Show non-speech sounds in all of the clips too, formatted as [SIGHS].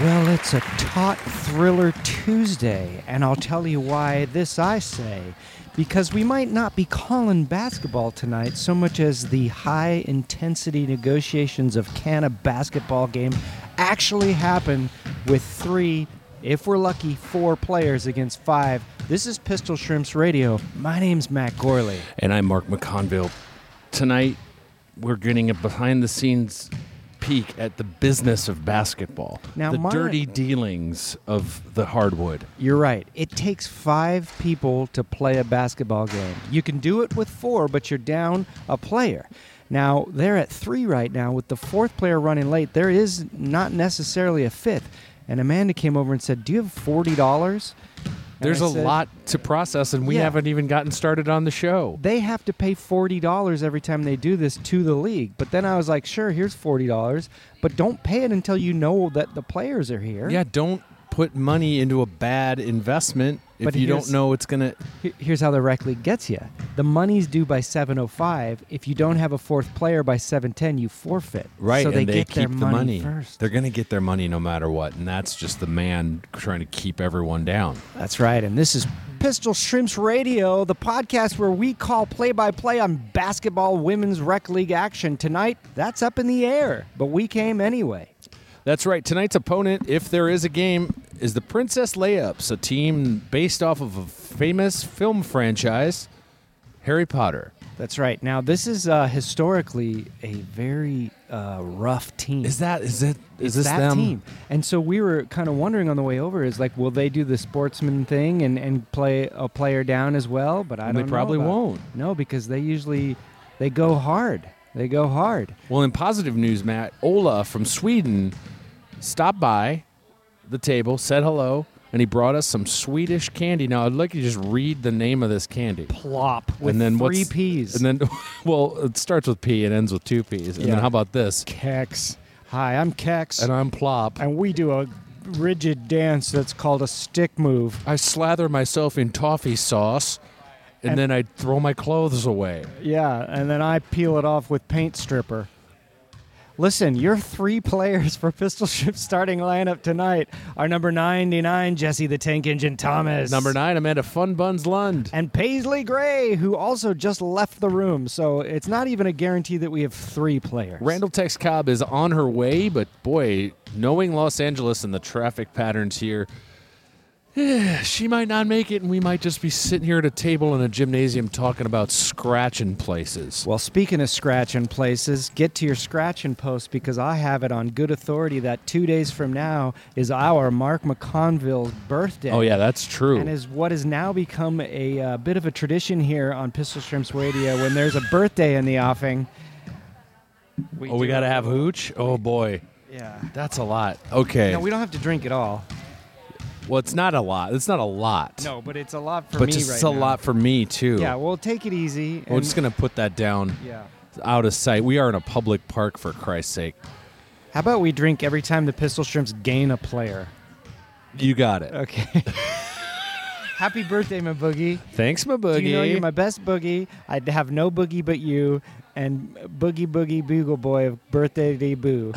Well, it's a taut thriller Tuesday, and I'll tell you why this I say. Because we might not be calling basketball tonight so much as the high intensity negotiations of can a basketball game actually happen with three, if we're lucky, four players against five. This is Pistol Shrimps Radio. My name's Matt Gorley. And I'm Mark McConville. Tonight, we're getting a behind the scenes peek at the business of basketball, Now, the my- dirty dealings of the hardwood. You're right. It takes five people to play a basketball game. You can do it with four, but you're down a player. Now, they're at three right now. With the fourth player running late, there is not necessarily a fifth. And Amanda came over and said, Do you have $40? And There's I a said, lot to process, and we Yeah. haven't even gotten started on the show. They have to pay $40 every time they do this to the league. But then I was like, Sure, here's $40, but don't pay it until you know that the players are here. Yeah, don't put money into a bad investment if But you here's- don't know it's going to. Here- Here's how the rec league gets you. The money's due by 7:05. If you don't have a fourth player by 7:10, you forfeit. Right, So and they, they get keep their the money, first. They're going to get their money no matter what, and that's just the man trying to keep everyone down. That's right. And this is Pistol Shrimps Radio, the podcast where we call play-by-play on basketball women's rec league action. Tonight, that's up in the air, but we came anyway. That's right. Tonight's opponent, if there is a game, is the Princess Layups, a team based off of a famous film franchise, Harry Potter. That's right. Now, this is uh, historically a very uh, rough team. Is that is it is this that them? team. And so we were kind of wondering on the way over is like, will they do the sportsman thing and, and play a player down as well? But I And don't they know probably about- won't. No, because they usually they go hard. They go hard. Well, in positive news, Matt Ola from Sweden stopped by the table, said hello, and he brought us some Swedish candy. Now I'd like you to just read the name of this candy. Plop with and then three what's- P's. And then, [LAUGHS] well, it starts with P and ends with two P's. And Yeah. then how about this? Kex. Hi, I'm Kex. And I'm plop. and we do a rigid dance that's called a stick move. I slather myself in toffee sauce and, then I throw my clothes away. Yeah, and then I peel it off with paint stripper. Listen, your three players for Pistol Ship's starting lineup tonight are number 99, Jesse the Tank Engine Thomas. Number nine, Amanda Fun Buns Lund. And Paisley Gray, who also just left the room. So it's not even a guarantee that we have three players. Randall Tex Cobb is on her way, but boy, knowing Los Angeles and the traffic patterns here, [SIGHS] eh, she might not make it, and we might just be sitting here at a table in a gymnasium talking about scratching places. Well, speaking of scratching places, get to your scratching post because I have it on good authority that two days from now is our Mark McConville's birthday. Oh, yeah, that's true. and is what has now become a uh, bit of a tradition here on Pistol Shrimps Radio. When there's a birthday in the offing, oh, we do- got to have hooch? Oh, boy. Yeah, That's a lot. Okay. no, we don't have to drink at all. well, it's not a lot. It's not a lot. No, but it's a lot for But me just right it's a now. lot for me, too. Yeah, well, take it easy. We're just gonna put that down Yeah. out of sight. We are in a public park for Christ's sake. How about we drink every time the Pistol Shrimps gain a player? You got it. Okay. [LAUGHS] Happy birthday, my boogie. Thanks, my boogie. Do You know you're my best boogie. I'd have no boogie but you. And boogie boogie bugle boy of birthday dee boo.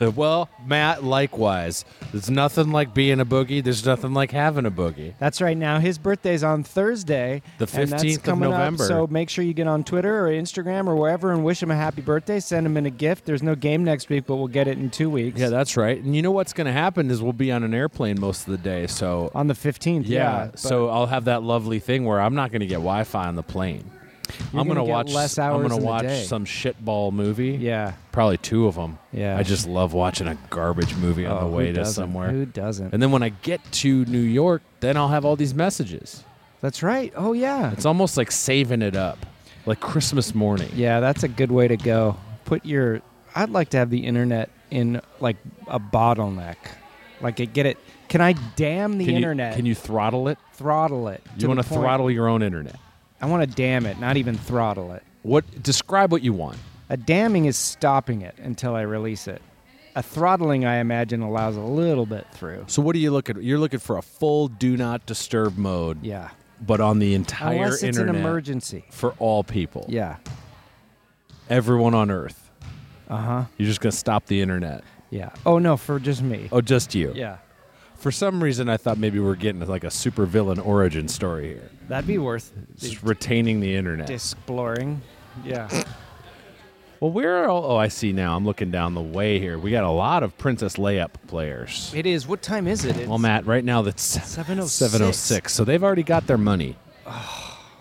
Uh, well, Matt, likewise. There's nothing like being a boogie. There's nothing like having a boogie. That's right. Now his birthday's on Thursday, The and that's 15th of coming up, November. so make sure you get on Twitter or Instagram or wherever and wish him a happy birthday. Send him in a gift. There's no game next week, but we'll get it in two weeks. Yeah, that's right. And you know what's gonna happen is we'll be on an airplane most of the day. So on the 15th. yeah. Uh, but- so I'll have that lovely thing where I'm not gonna get Wi-Fi on the plane. I'm gonna gonna, get watch. less I'm hours gonna in the watch day. some shitball movie. Yeah. probably two of them. Yeah. I just love watching a garbage movie on Oh, the who way to doesn't? somewhere. Who doesn't? And then when I get to New York, then I'll have all these messages. That's right. Oh yeah. It's almost like saving it up, like Christmas morning. Yeah, that's a good way to go. Put your I'd like to have the internet in like a bottleneck. Like it get it can I dam the Can you- internet? can you throttle it? throttle it? you want to the point- throttle your own internet? I want to dam it, not even throttle it. What? Describe what you want. A damming is stopping it until I release it. A throttling, I imagine, allows a little bit through. So what are you looking? You're looking for a full do not disturb mode. Yeah. But on the entire Unless it's internet an emergency. for all people. Yeah. Everyone on Earth. Uh-huh. Uh huh. You're just gonna stop the internet. Yeah. Oh no, for just me. Oh, just you. Yeah. For some reason, I thought maybe we're getting like a supervillain origin story here. That'd be worth Just retaining the internet. exploring. Yeah. well, where are all? Oh, I see now. I'm looking down the way here. We got a lot of Princess Layup players. It is. What time is it? It's, Well, Matt, right now that's 7:06. 706. So they've already got their money.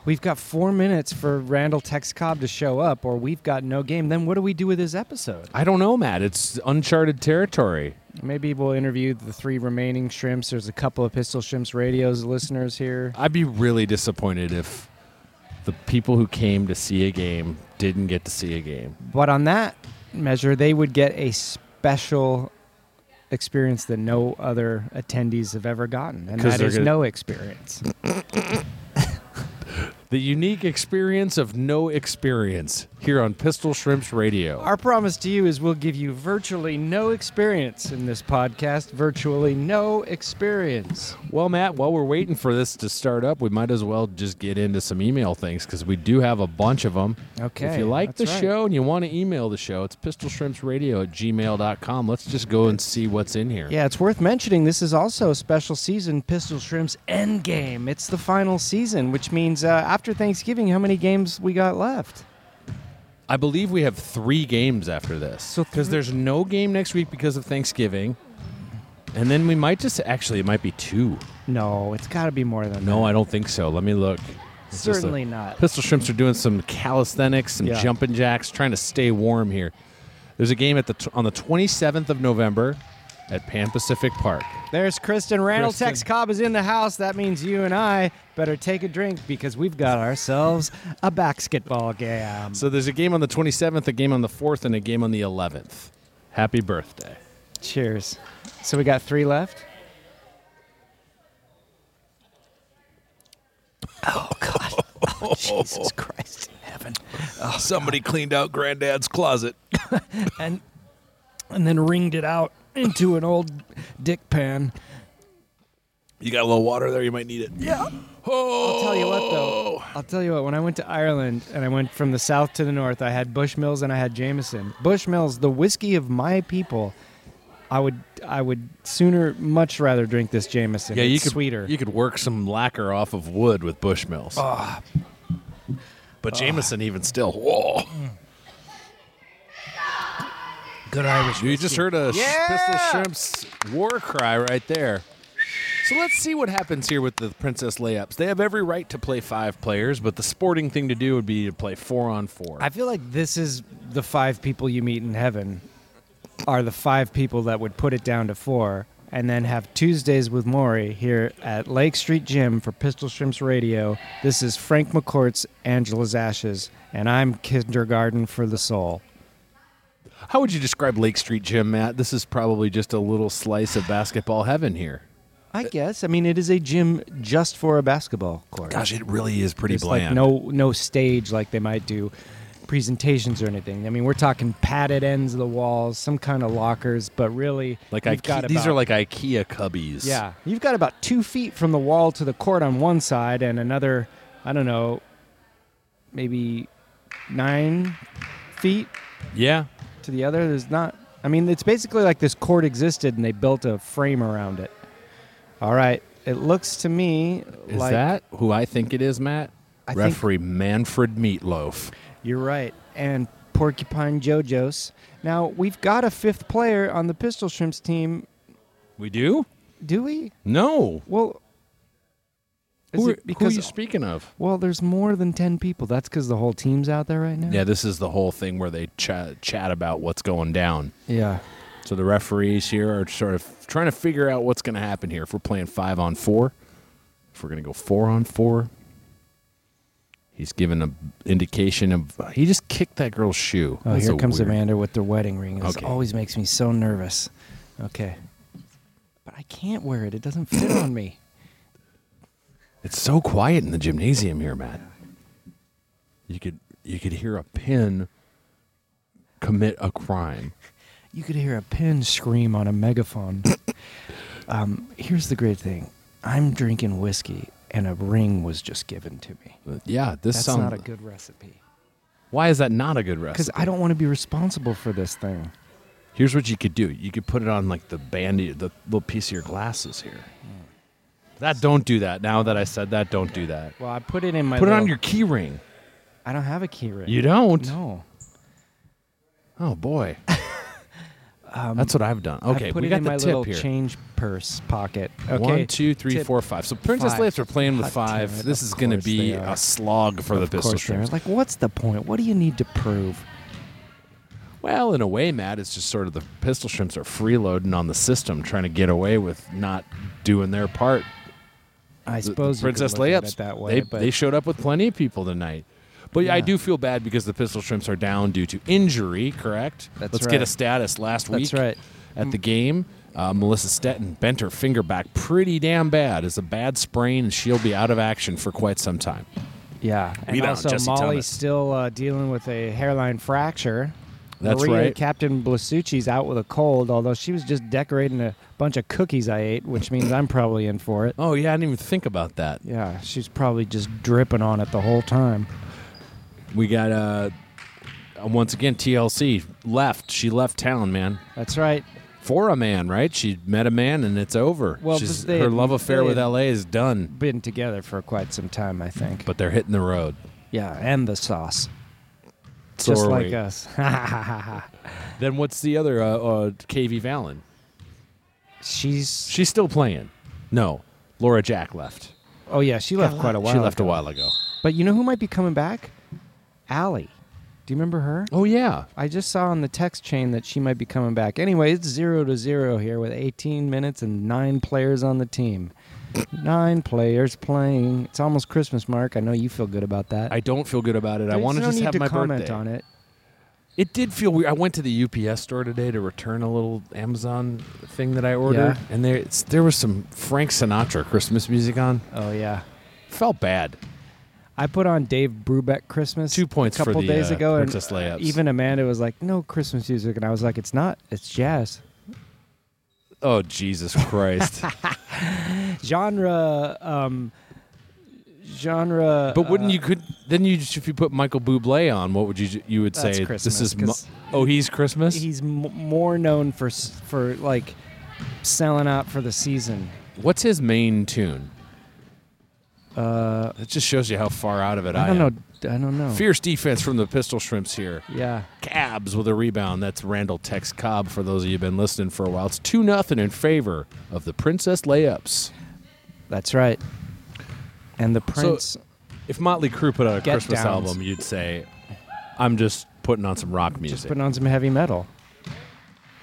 We've got four minutes for Randall Tex Cobb to show up, or we've got no game. Then what do we do with this episode? I don't know, Matt. It's uncharted territory. Maybe we'll interview the three remaining shrimps. There's a couple of Pistol Shrimps Radio's listeners here. I'd be really disappointed if the people who came to see a game didn't get to see a game. But on that measure, they would get a special experience that no other attendees have ever gotten, and 'Cause that they're is gonna- no experience. The unique experience of no experience here on Pistol Shrimps Radio. Our promise to you is we'll give you virtually no experience in this podcast. Virtually no experience. Well, Matt, while we're waiting for this to start up, we might as well just get into some email things because we do have a bunch of them. Okay, If you like the that's right. show and you want to email the show, it's pistolshrimpsradio at gmail.com. Let's just go and see what's in here. Yeah, it's worth mentioning. This is also a special season, Pistol Shrimps Endgame. It's the final season, which means uh, after Thanksgiving, how many games we got left? I believe we have three games after this So because three- there's no game next week because of Thanksgiving. And then we might just actually, it might be two. No, it's got to be more than No, that. I don't think so. Let me look. It's just a- Certainly not. Pistol Shrimps are doing some calisthenics, some Yeah. jumping jacks, trying to stay warm here. There's a game at the t- on the 27th of November at Pan Pacific Park. There's Kristen Randall. Kristen. Tex Cobb is in the house. That means you and I better take a drink because we've got ourselves a basketball game. So there's a game on the 27th, a game on the 4th, and a game on the 11th. Happy birthday. Cheers. So we got three left? Oh, God. Oh, [LAUGHS] [LAUGHS] Jesus Christ in heaven. Oh, Somebody cleaned out Granddad's closet. [LAUGHS] and and then wringed it out into an old dick pan. You got a little water there. You might need it. Oh. Yeah. Oh. I'll tell you what though. I'll tell you what. When I went to Ireland and I went from the south to the north, I had Bushmills and I had Jameson. Bushmills, the whiskey of my people. I would I would sooner much rather drink this Jameson. Yeah, you It's could sweeter. You could work some lacquer off of wood with Bushmills. but Jameson, even still, whoa. Good Irish. You just heard a sh- Pistol Shrimp's war cry right there. So let's see what happens here with the Princess Layups. They have every right to play five players, but the sporting thing to do would be to play four on four. I feel like this is the five people you meet in heaven are the five people that would put it down to four and then have Tuesdays with Maury here at Lake Street Gym for Pistol Shrimps Radio. This is Frank McCourt's Angela's Ashes, and I'm Kindergarten for the Soul. How would you describe Lake Street Gym, Matt? This is probably just a little slice of basketball heaven here. I guess. I mean, it is a gym just for a basketball court. Gosh, it really is pretty It's like bland. no no stage like they might do presentations or anything. I mean, we're talking padded ends of the walls, some kind of lockers, but really, like you've got Ikea, these are about- like IKEA cubbies. Yeah, you've got about two feet from the wall to the court on one side, and another, I don't know, maybe nine feet yeah. to the other. There's not. I mean, it's basically like this court existed, and they built a frame around it. All right, it looks to me Is like that who I think it is, Matt? I think- Referee Manfred Meatloaf. you're right, and Porcupine JoJo's. Now we've got a fifth player on the Pistol Shrimps team. We do? Do we? No. Well, Is it who, are- who are because you speaking of? well, there's more than ten people. That's because the whole team's out there right now. Yeah, this is the whole thing where they chat, chat about what's going down. Yeah. So the referees here are sort of trying to figure out what's going to happen here. If we're playing five on four, if we're going to go four on four, he's given an indication of he just kicked that girl's shoe. Oh, That's here a comes weird- Amanda with the wedding ring. This Okay. always makes me so nervous. Okay. But I can't wear it. It doesn't fit on me. It's so quiet in the gymnasium here, Matt. You could you could hear a pin commit a crime. You could hear a pin scream on a megaphone. [COUGHS] um, here's the great thing I'm drinking whiskey, and a ring was just given to me. Yeah, this That's sounds. not a good recipe. why is that not a good recipe? Because I don't want to be responsible for this thing. Here's what you could do. You could put it on like the bandy, the little piece of your glasses here. That don't do that. Now that I said that, don't do that. Well, I put it in my. Put it on little- your key ring. I don't have a key ring. You don't? No. Oh [LAUGHS] boy. That's what I've done. Okay, Um, I put we it got in the my tip little here. change purse pocket. Okay. One, two, three, Tip. four, five. So Princess Five. Lights are playing with Hot five. damn it, This of is going to course be they are. a slog for the of Pistol course there Shrimp. is. Like, what's the point? What do you need to prove? Well, in a way, Matt, it's just sort of the pistol shrimps are freeloading on the system, trying to get away with not doing their part. I The- the suppose you could Princess look at Layups, it that way. they, but they showed up with plenty of people tonight. But I Yeah. do feel bad because the pistol shrimps are down due to injury. Correct. That's Let's get a right. status. Last week, That's right. Mm. At the game, uh, Melissa Stetton bent her finger back pretty damn bad. It's a bad sprain, and she'll be out of action for quite some time. yeah, and Rebound, also Jesse Molly's Thomas. still uh, dealing with a hairline fracture. That's Maria, right. Captain Blasucci's out with a cold, although she was just decorating a bunch of cookies I ate, which means I'm probably in for it. Oh yeah, I didn't even think about that. Yeah, she's probably just dripping on it the whole time. We got uh uh, once again TLC left. She left town, man. That's right. For a man, right? She met a man and it's over. Well, She's, but they her had- love affair they with had- LA is done. Been together for quite some time, I think. But they're hitting the road. yeah, and the sauce, So just are like uh, we. us. Then what's the other uh, uh KV Valen? she's She's still playing. No. Laura Jack left. oh yeah, she left quite a while. She left ago. a while ago. But you know who might be coming back? Allie. Do you remember her? Oh yeah. I just saw on the text chain that she might be coming back. Anyway, it's zero to zero here with 18 minutes and nine players on the team. nine players playing. It's almost Christmas, Mark. I know you feel good about that. I don't feel good about it. I There's want to no just need have to my comment birthday. on it. It did feel weird. I went to the UPS store today to return a little Amazon thing that I Yeah. ordered, and there it's, there was some Frank Sinatra Christmas music on. Oh yeah. Felt bad. I put on Dave Brubeck Christmas Two points a for couple the, days uh, ago, and Princess layups. even Amanda was like, "No Christmas music," and I was like, "It's not. It's jazz." Oh Jesus [LAUGHS] Christ! Genre, um, genre. but wouldn't uh, you could then you just, if you put Michael Bublé on, what would you ju- you would That's say this Christmas, is? 'cause oh, he's Christmas. he's m- more known for s- for like selling out for the season. What's his main tune? Uh, it just shows you how far out of it I, I don't am. know. I don't know. Fierce defense from the Pistol Shrimps here. Yeah. Cabs with a rebound. That's Randall Tex Cobb for those of you who've been listening for a while. It's 2 nothing in favor of the Princess Layups. That's right. And the prince. If Motley Crue put out a Get Christmas downs. album, you'd say, I'm just putting on some rock just music. putting on some heavy metal.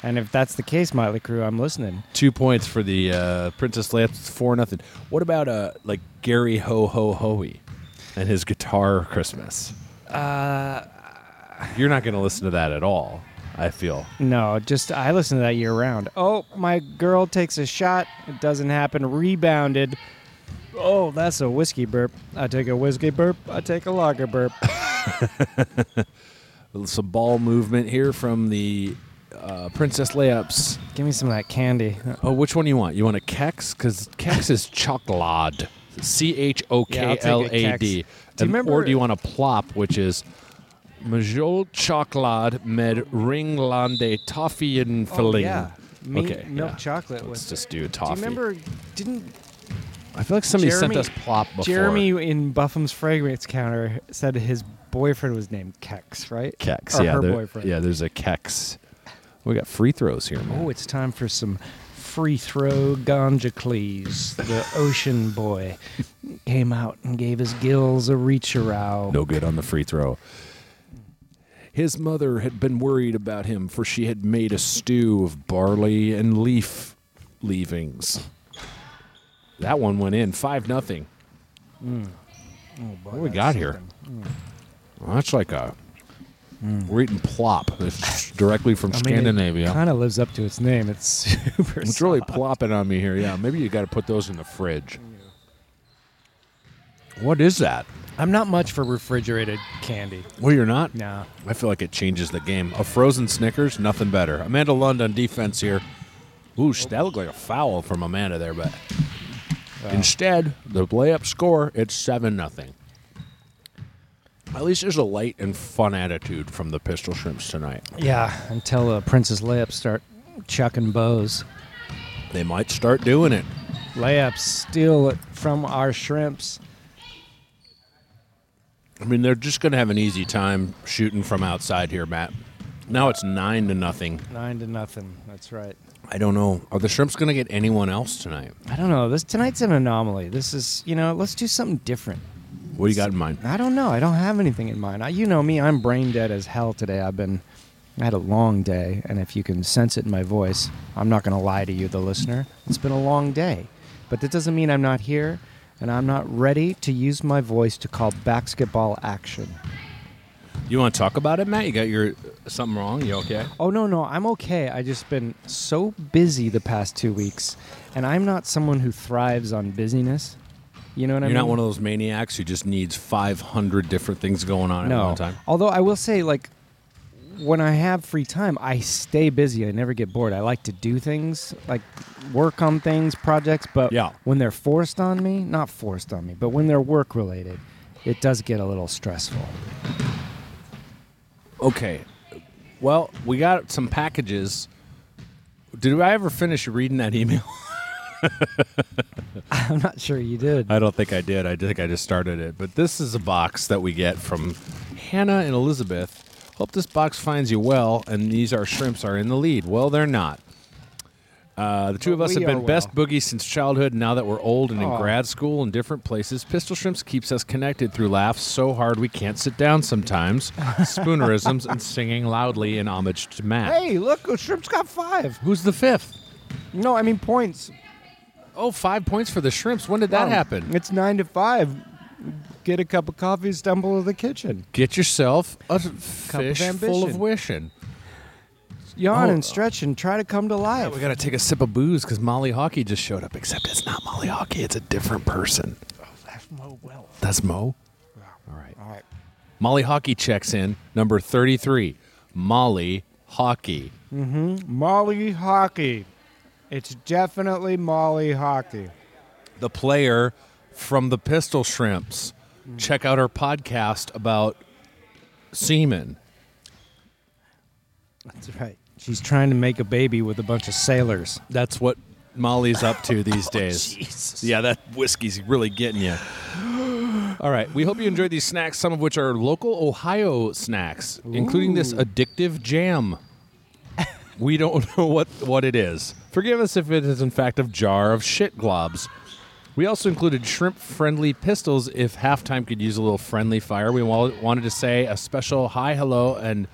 And if that's the case, Motley Crue, I'm listening. Two points for the uh, Princess Layups, 4 nothing. What about uh, like Gary Ho Ho Hoey and his guitar Christmas? Uh, You're not going to listen to that at all, I feel. No, just I listen to that year round. Oh, my girl takes a shot. It doesn't happen. Rebounded. Oh, that's a whiskey burp. I take a whiskey burp. I take a lager burp. Some ball movement here from the uh, Princess Layups. Give me some of that candy. Oh, which one do you want? You want a kex? Because kex is chocolade. C H O Yeah, I'll K take a L A kex. Do D. you And- Or remember- do you want a plop, which is Majol chocolade med ringlande toffee and filling. Oh, yeah. Me- okay, milk yeah. chocolate Let's with- just do toffee. Do you remember? Didn't I feel like somebody Jeremy- sent us plop before. Jeremy in Buffum's fragrance counter said his boyfriend was named Kex, right? kex. Or yeah, her there- boyfriend. yeah. There's a kex. We got free throws here, man. Oh, it's time for [LAUGHS] some free throw Ganjacles, the ocean boy. came out and gave his gills a reach around. No good on the free throw. His mother had been worried about him, for she had made a stew of barley and leaf leavings. That one went in five nothing. What we got here? Well, that's like a we're eating plop. It's directly from Scandinavia. kind of lives up to its name. It's [LAUGHS] super. it's really plopping on me here. Yeah, maybe you got to put those in the fridge. What is that? I'm not much for refrigerated candy. Well, you're not. Nah. I feel like it changes the game. A frozen Snickers, nothing better. Amanda Lund on defense here. Ooh, sh- that looked like a foul from Amanda there, but instead, the layup score, it's 7 nothing. At least there's a light and fun attitude from the Pistol Shrimps tonight. Yeah, until uh, Princess layups start chucking bows. They might start doing it. Layups steal it from our shrimps. I mean, they're just going to have an easy time shooting from outside here, Matt. Now it's 9 to nothing. Nine to nothing. That's right. I don't know. Are the Shrimps going to get anyone else tonight? I don't know. This tonight's an anomaly. This is, you know, let's do something different. What do you got in mind? I don't know. I don't have anything in mind. I, you know me. I'm brain dead as hell today. I've been, I had a long day, and if you can sense it in my voice, I'm not going to lie to you, the listener. It's been a long day, but that doesn't mean I'm not here, and I'm not ready to use my voice to call basketball action. You want to talk about it, Matt? You got your something wrong? You okay? Oh no, no, I'm okay. I just been so busy the past two weeks, and I'm not someone who thrives on busyness. You know what I You're mean? not one of those maniacs who just needs 500 different things going on at no. one time. Although I will say, like, when I have free time, I stay busy. I never get bored. I like to do things, like work on things, projects. But Yeah. when they're forced on me, not forced on me, but when they're work related, it does get a little stressful. [LAUGHS] Okay. Well, we got some packages. Did I ever finish reading that email? I'm not sure you did. I don't think I did. I think I just started it. But this is a box that we get from Hannah and Elizabeth. Hope this box finds you well. And these our shrimps are in the lead. Well, they're not. Uh, the two of But us we have been are best boogies since childhood. Now that we're old and in grad school and different places, Pistol Shrimps keeps us connected through laughs so hard we can't sit [LAUGHS] down sometimes, spoonerisms, and singing loudly in homage to Matt. hey, look, oh, Shrimp's got five. Who's the fifth? No, I mean points. Oh, five points for the Shrimps. When did that Wow. happen? It's nine to five. Get a cup of coffee, stumble to the kitchen. Get yourself a fish full of ambition. wishing. Yawn Oh. and stretch and try to come to life. We gotta take a sip of booze because Molly Hockey just showed up. Except it's not Molly Hockey; it's a different person. Oh, That's Mo Wells. That's Mo. All right. All right. Molly Hockey checks in number thirty-three. Molly Hockey. Molly Hockey. It's definitely Molly Hockey. the player from the Pistol Shrimps. Mm. Check out our podcast about semen. That's right. She's trying to make a baby with a bunch of sailors. That's what Molly's [LAUGHS] up to these Oh, days. Yeah, that whiskey's really getting you. All right, we hope you enjoyed these snacks, some of which are local Ohio snacks, including this addictive jam. we don't [LAUGHS] know what, what it is. Forgive us if it is, in fact, a jar of shit globs. We also included shrimp friendly pistols if halftime could use a little friendly fire. We wa- wanted to say a special hi, hello, and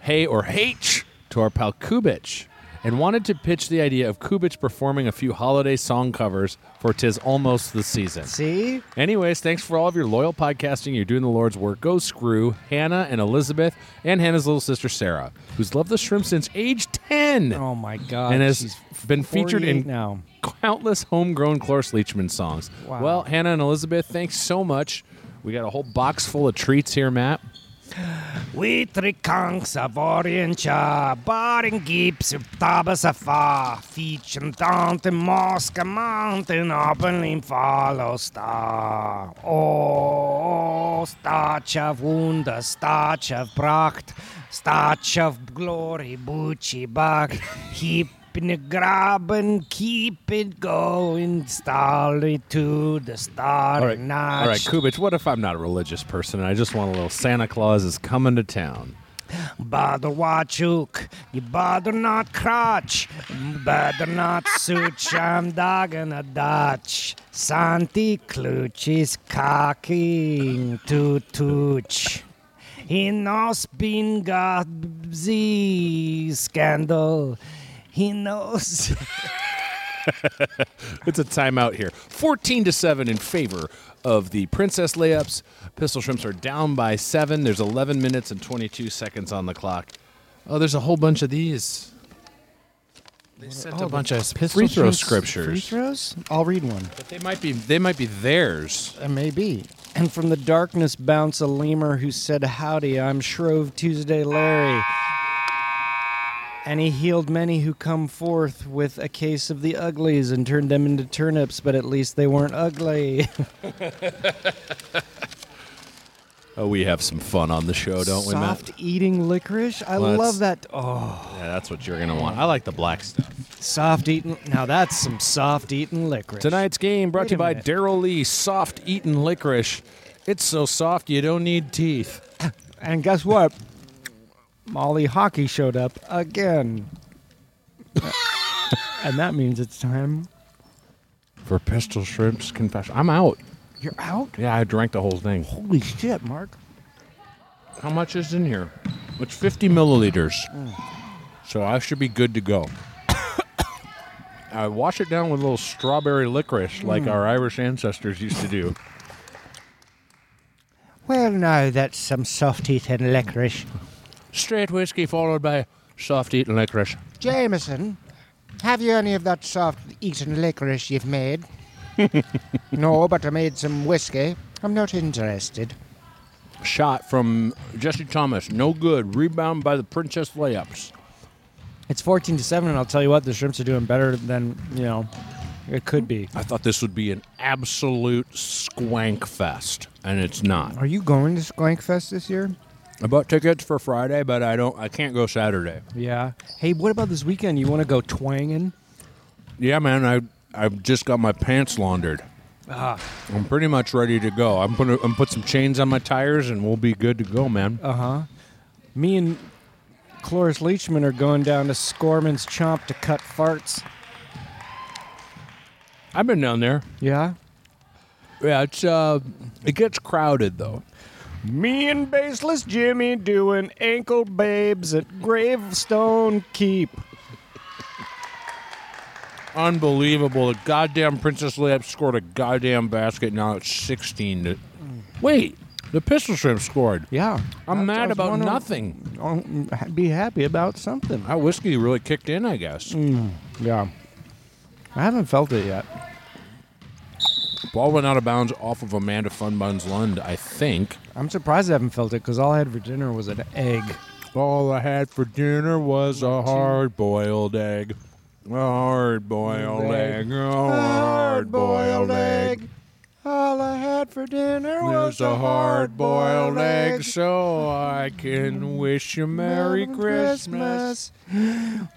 hey or h to our pal Kubich and wanted to pitch the idea of Kubich performing a few holiday song covers for Tis Almost the Season. See? Anyways, thanks for all of your loyal podcasting. You're doing the Lord's work. Go screw Hannah and Elizabeth and Hannah's little sister Sarah, who's loved the shrimp since age 10 Oh my God. and has she's been featured 48 in now. countless homegrown Cloris Leachman songs. Wow. Well, Hannah and Elizabeth, thanks so much. We got a whole box full of treats here, Matt. We three conks of Orientia, baring gips of Tabasafa, feach and taunt and mosque mountain, openly follow star. Oh, starch of wunder, starch of pracht, starch of glory, bucci back, heap in the grab and keep it going, starry to the star All right, notch. all right, Kubich. What if I'm not a religious person and I just want a little Santa Claus is coming to town? Bother Wachuk, you bother not crotch, bother not such, I'm dogging a Dutch. Santi Klutch is cocking to tooch. He knows been got the scandal. He knows. It's a timeout here. 14 to 7 in favor of the Princess layups. Pistol Shrimps are down by 7. There's 11 minutes and 22 seconds on the clock. Oh, there's a whole bunch of these. They sent a bunch of free throw Shrimps scriptures. Free throws? I'll read one. But they might be they might be theirs. It may be. And from the darkness bounced a lemur who said, Howdy, I'm Shrove Tuesday Larry. And he healed many who come forth with a case of the uglies and turned them into turnips, but at least they weren't ugly. Oh, we have some fun on the show, [LAUGHS] don't we, Matt? Soft eating licorice? I Well, love that's- that. Oh, Yeah, that's what you're gonna want. I like the black stuff. soft eating. Now that's some soft eating licorice. Tonight's game brought Wait to a you by minute. Daryl Lee Soft Eaten Licorice. It's so soft you don't need teeth. And guess what? Molly Hockey showed up [LAUGHS] again. and that means it's time. For pistol shrimps confession, I'm out. You're out? Yeah, I drank the whole thing. Holy shit, Mark. How much is in here? It's 50 milliliters. So I should be good to go. [COUGHS] I wash it down with a little strawberry licorice like our Irish ancestors used to do. Well, now that's some soft teeth and licorice. Straight whiskey followed by soft eaten licorice. Jameson, have you any of that soft eaten licorice you've [LAUGHS] made? no, but I made some whiskey. I'm not interested. Shot from Jesse Thomas. No good. Rebound by the Princess Layups. It's 14 to 7, and I'll tell you what, the shrimps are doing better than, you know, it could be. I thought this would be an absolute squank fest, and it's not. Are you going to Squank Fest this year? I bought tickets for Friday, but I don't. I can't go Saturday. Yeah. Hey, what about this weekend? You want to go twanging? Yeah, man. I I've just got my pants laundered. Ah. I'm pretty much ready to go. I'm gonna I'm put some chains on my tires, and we'll be good to go, man. Me and Cloris Leachman are going down to Scorman's Chomp to cut farts. I've been down there. Yeah? Yeah, it's uh, it gets crowded though. Me and Baseless Jimmy doing ankle babes at Gravestone Keep. Unbelievable. The goddamn Princess Layup scored a goddamn basket. Now it's 16 to. Wait, the Pistol Shrimp scored. Yeah. I'm I- I mad was about wondering- nothing. Um, ha- Be happy about something. That whiskey really kicked in, I guess. Yeah. I haven't felt it yet. Ball went out of bounds off of Amanda Funbuns Lund, I think. I'm surprised I haven't felt it because all I had for dinner was an egg. All I had for dinner was a hard boiled egg. A hard boiled egg. Egg. A hard boiled egg. All I had for dinner There's a hard boiled egg, so I can wish you Merry Christmas.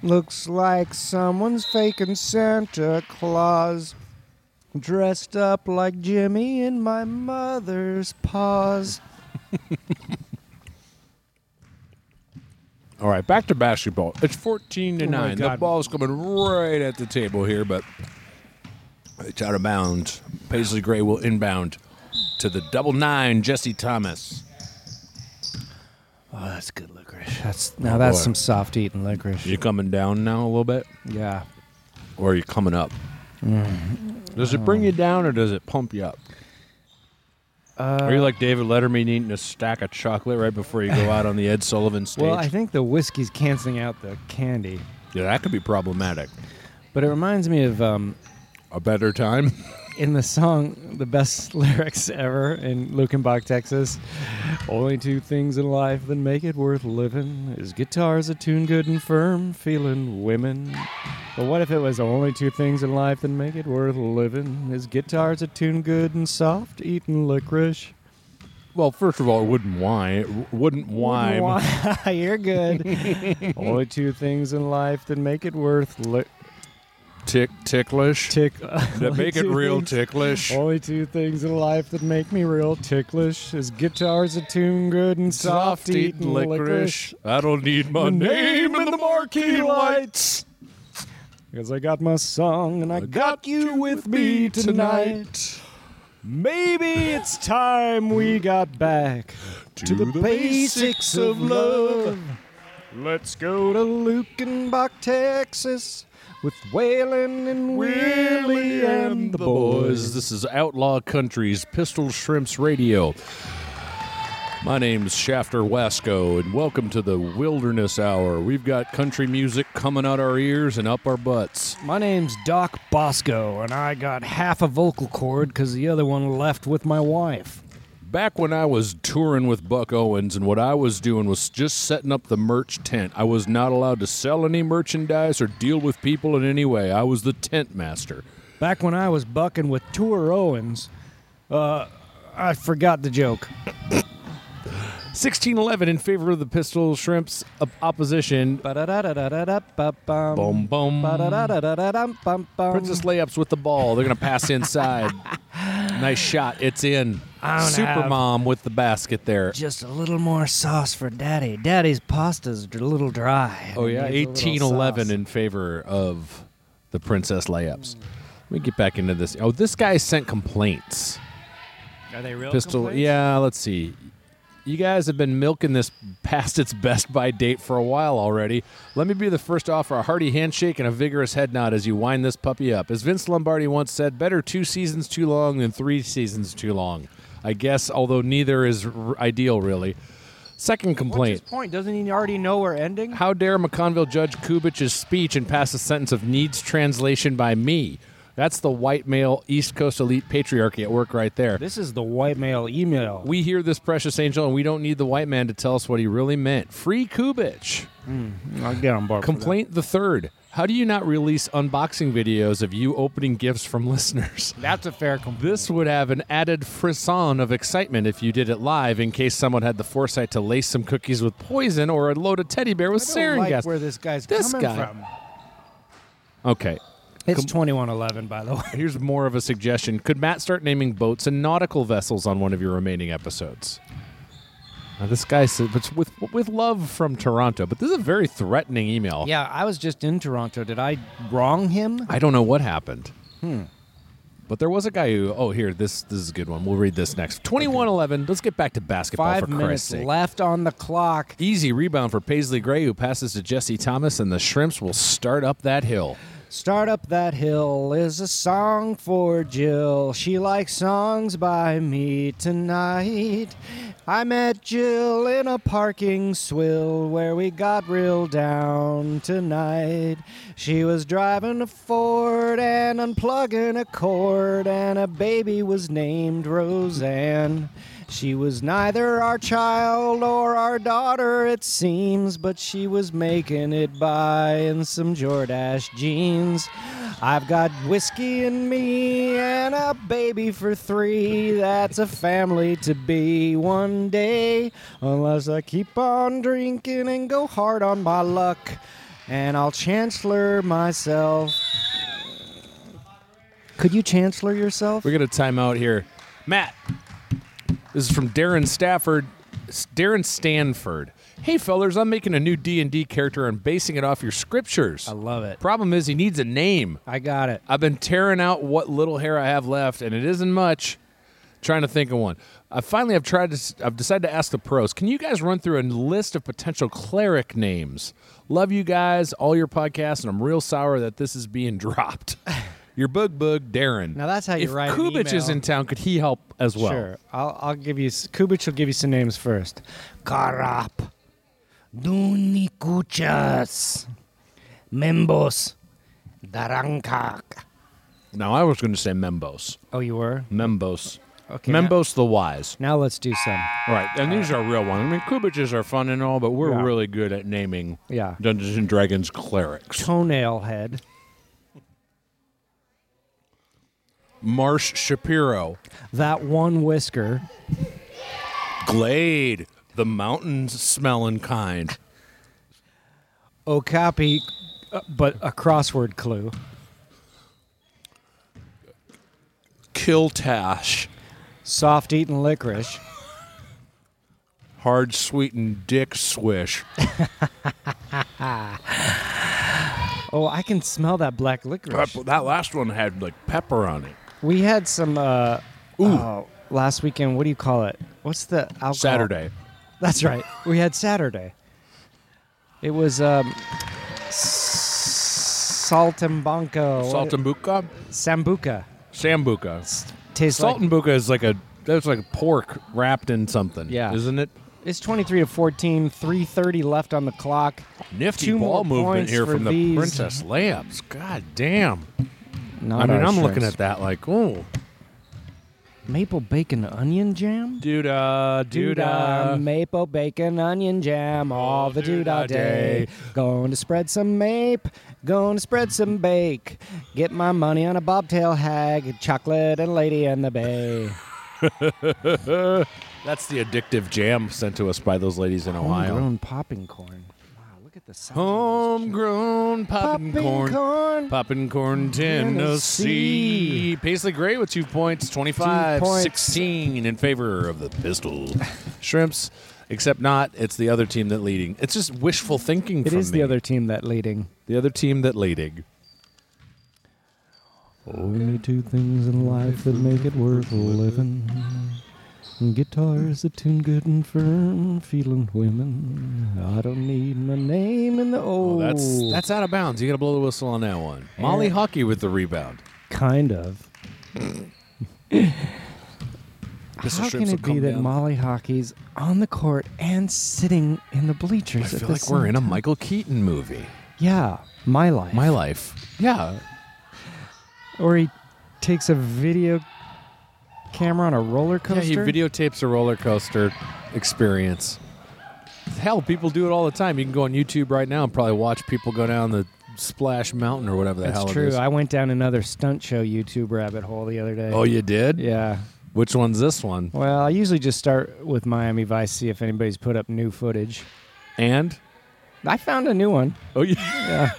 Looks like someone's faking Santa Claus. Dressed up like Jimmy in my mother's paws. All right, back to basketball. It's 14 to my 9. The God. ball's coming right at the table here, but it's out of bounds. Paisley Gray will inbound to the double nine, Jesse Thomas. Oh, that's good licorice. Oh, That's now that's boy. some soft eating licorice. You coming down now a little bit, Yeah. or are you coming up? Does it bring you down or does it pump you up? are you like David Letterman eating a stack of chocolate right before you [LAUGHS] go out on the Ed Sullivan stage? Well, I think the whiskey's canceling out the candy. yeah, that could be problematic. But it reminds me of um, A better time. [LAUGHS] in the song, the best [LAUGHS] lyrics ever in Lukenbach, Texas. Only two things in life that make it worth living is guitars that tune good and firm, feeling women. But what if it was only two things in life that make it worth living is guitars that tune good and soft, eating licorice? well, first of all, it wouldn't whine. It w- wouldn't whine. Why? [LAUGHS] You're good. only two things in life that make it worth li- tick [LAUGHS] ticklish. Tick. that make it real tick. ticklish. Only two things in life that make me real ticklish is guitars that tune good and soft eating licorice. I don't need my The name in the marquee lights. Because I got my song and I, got, you with me tonight. Maybe it's time we got back to, the, basics of love. Let's go to Lukenbach, Texas with Waylon and Willie and the boys. This is Outlaw Country's Pistol Shrimps Radio. My name's Shafter Wasco, and welcome to the Wilderness Hour. We've got country music coming out our ears and up our butts. My name's Doc Bosco, and I got half a vocal cord because the other one left with my wife. Back when I was touring with Buck Owens, and what I was doing was just setting up the merch tent. I was not allowed to sell any merchandise or deal with people in any way. I was the tent master. Back when I was bucking with Tour Owens, uh, I forgot the joke. 1611 in favor of the Pistol Shrimps op- opposition. Boom, Boom, boom. Princess layups with the ball. They're going to pass [LAUGHS] inside. nice shot. It's in. I don't Super have- mom with the basket there. Just a little more sauce for Daddy. Daddy's pasta's a little dry. Oh, yeah. Needs a little 1811 sauce. in favor of the Princess layups. Let me get back into this. Oh, this guy sent complaints. Are they real? Pistol. complaints? Yeah, let's see. You guys have been milking this past its best by date for a while already. Let me be the first to offer a hearty handshake and a vigorous head nod as you wind this puppy up. As Vince Lombardi once said, better two seasons too long than three seasons too long. I guess, although neither is r- ideal, really. Second What's his complaint. point? Doesn't he already know we're ending? How dare McConville judge Kubich's speech and pass a sentence of needs translation by me? That's the white male East Coast elite patriarchy at work right there. This is the white male email. We hear this precious angel, and we don't need the white man to tell us what he really meant. Free Kubich. I'll get on board. for that. Complaint the third. How do you not release unboxing videos of you opening gifts from [LAUGHS] listeners? That's a fair complaint. This would have an added frisson of excitement if you did it live, in case someone had the foresight to lace some cookies with poison or a loaded teddy bear with I sarin don't like gas. where this guy's This coming guy- from. okay, It's 2111, by the way. here's more of a suggestion. Could Matt start naming boats and nautical vessels on one of your remaining episodes? Now, this guy said, but with with love from Toronto, but this is a very threatening email. [LAUGHS] Yeah, I was just in Toronto. Did I wrong him? I don't know what happened. But there was a guy who. Oh, here, this this is a good one. We'll read this next. Twenty-one eleven. Let's get back to basketball Five for minutes Christ's sake. left on the clock. Easy rebound for Paisley Gray, who passes to Jesse Thomas, and the Shrimps will start up that hill. Start Up That Hill is a song for Jill. She likes songs by me tonight. I met Jill in a parking swill where we got real down tonight. She was driving a Ford and unplugging a cord, and a baby was named Roseanne. She was neither our child or our daughter, it seems, but she was making it by in some Jordache jeans. I've got whiskey in me and a baby for three. That's a family to be one day, unless I keep on drinking and go hard on my luck. And I'll chancellor myself. Could you chancellor yourself? We're gonna time out here, Matt. This is from Darren Stafford, S- Darren Stanford. Hey fellers, I'm making a new D and D character and basing it off your scriptures. I love it. Problem is, he needs a name. I got it. I've been tearing out what little hair I have left, and it isn't much. Trying to think of one. I finally have tried to. I've decided to ask the pros. Can you guys run through a list of potential cleric names? Love you guys, all your podcasts, and I'm real sour that this is being [LAUGHS] dropped. Your bug bug Darren. Now that's how you if write an Kubich is email. in town, could he help as well? Sure. I'll, I'll give you, Kubich will give you some names first. Karap, Dunikuchas, Membos, Darankak. Now I was going to say Membos. Oh, you were? Membos. Okay, now- Membos the wise. Now let's do some. All right, and these are real ones. I mean, Kubiches are fun and all, but we're Yeah. really good at naming Yeah. Dungeons and Dragons clerics. Toenail head, Marsh Shapiro, that one whisker, Glade, the mountain smelling kind, Okapi, uh, but a crossword clue, Kill Tash. Soft eating licorice. Hard sweetened dick swish. Oh, I can smell that black licorice. Pep- that last one had like pepper on it. We had some uh oh, last weekend. What do you call it? What's the alcohol? Saturday. That's right. We had Saturday. It was um s- Saltimbanco. Saltambuca? Sambuca. Sambuca. Tastes like Saltambuca is like a that's like pork wrapped in something. Yeah. Isn't it? It's 23 to 14, 330 left on the clock. Nifty Two ball more movement points here for from the these. Princess Layups. God damn. Not I mean, our I'm looking shrinks. at that like, oh. maple bacon onion jam. Duda, Duda, uh, maple bacon onion jam all the Duda duda uh, day. day. Going to spread some mape, going to spread some bake. Get my money on a bobtail hag, chocolate and lady in the bay. That's the addictive jam sent to us by those ladies in Ohio. Homegrown popping corn. Wow, look at the size. Homegrown popping corn. corn. Poppin' corn, Tennessee. Paisley Gray with two points, 25, Two points. 16 in favor of the Pistol Shrimps. Except not, it's the other team that leading. It's just wishful thinking It from is me. the other team that leading. the other team that leading. Only two things in life that make it worth living. Guitars that tune good and firm, feeling women. I don't need my name in the Oh, old. that's that's out of bounds. You got to blow the whistle on that one. Molly Hockey with the rebound. kind of. Mr. How Shrimps can will it be come that down. Molly Hockey's on the court and sitting in the bleachers? I feel like we're in a Michael Keaton movie. yeah, my life. My life. Yeah. or he takes a video camera on a roller coaster. Yeah, he videotapes a roller coaster experience. Hell, people do it all the time. You can go on YouTube right now and probably watch people go down the Splash Mountain or whatever the That's hell it true. is. I went down another stunt show YouTube rabbit hole the other day. oh, you did? yeah. Which one's this one? Well, I usually just start with Miami Vice, see if anybody's put up new footage. And? I found a new one. Oh, [LAUGHS] yeah.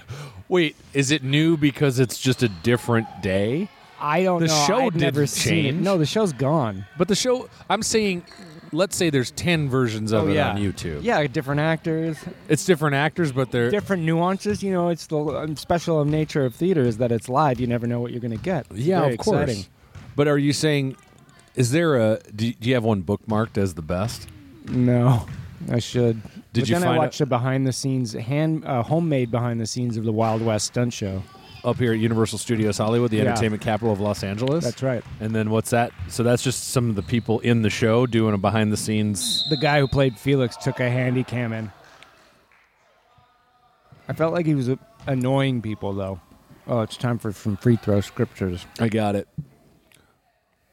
Wait, is it new because it's just a different day? I don't The know. show I'd never didn't seen it. change. No, the show's gone. But the show, I'm saying, let's say there's 10 versions of it on YouTube. Oh, Yeah, different actors, It's different actors, but they're. different nuances. You know, it's the um, special of nature of theater is that it's live. You never know what you're going to get. It's yeah, very of course. exciting. But are you saying, is there a. Do, do you have one bookmarked as the best? No, I should. Did but you then find I a- watched a behind the scenes, hand uh, homemade behind the scenes of the Wild West stunt show. up here at Universal Studios Hollywood, the Yeah. entertainment capital of Los Angeles. That's right. And then what's that? So that's just some of the people in the show doing a behind the scenes. The guy who played Felix took a handy cam in. I felt like he was uh, annoying people, though. Oh, it's time for some free throw scriptures. I got it.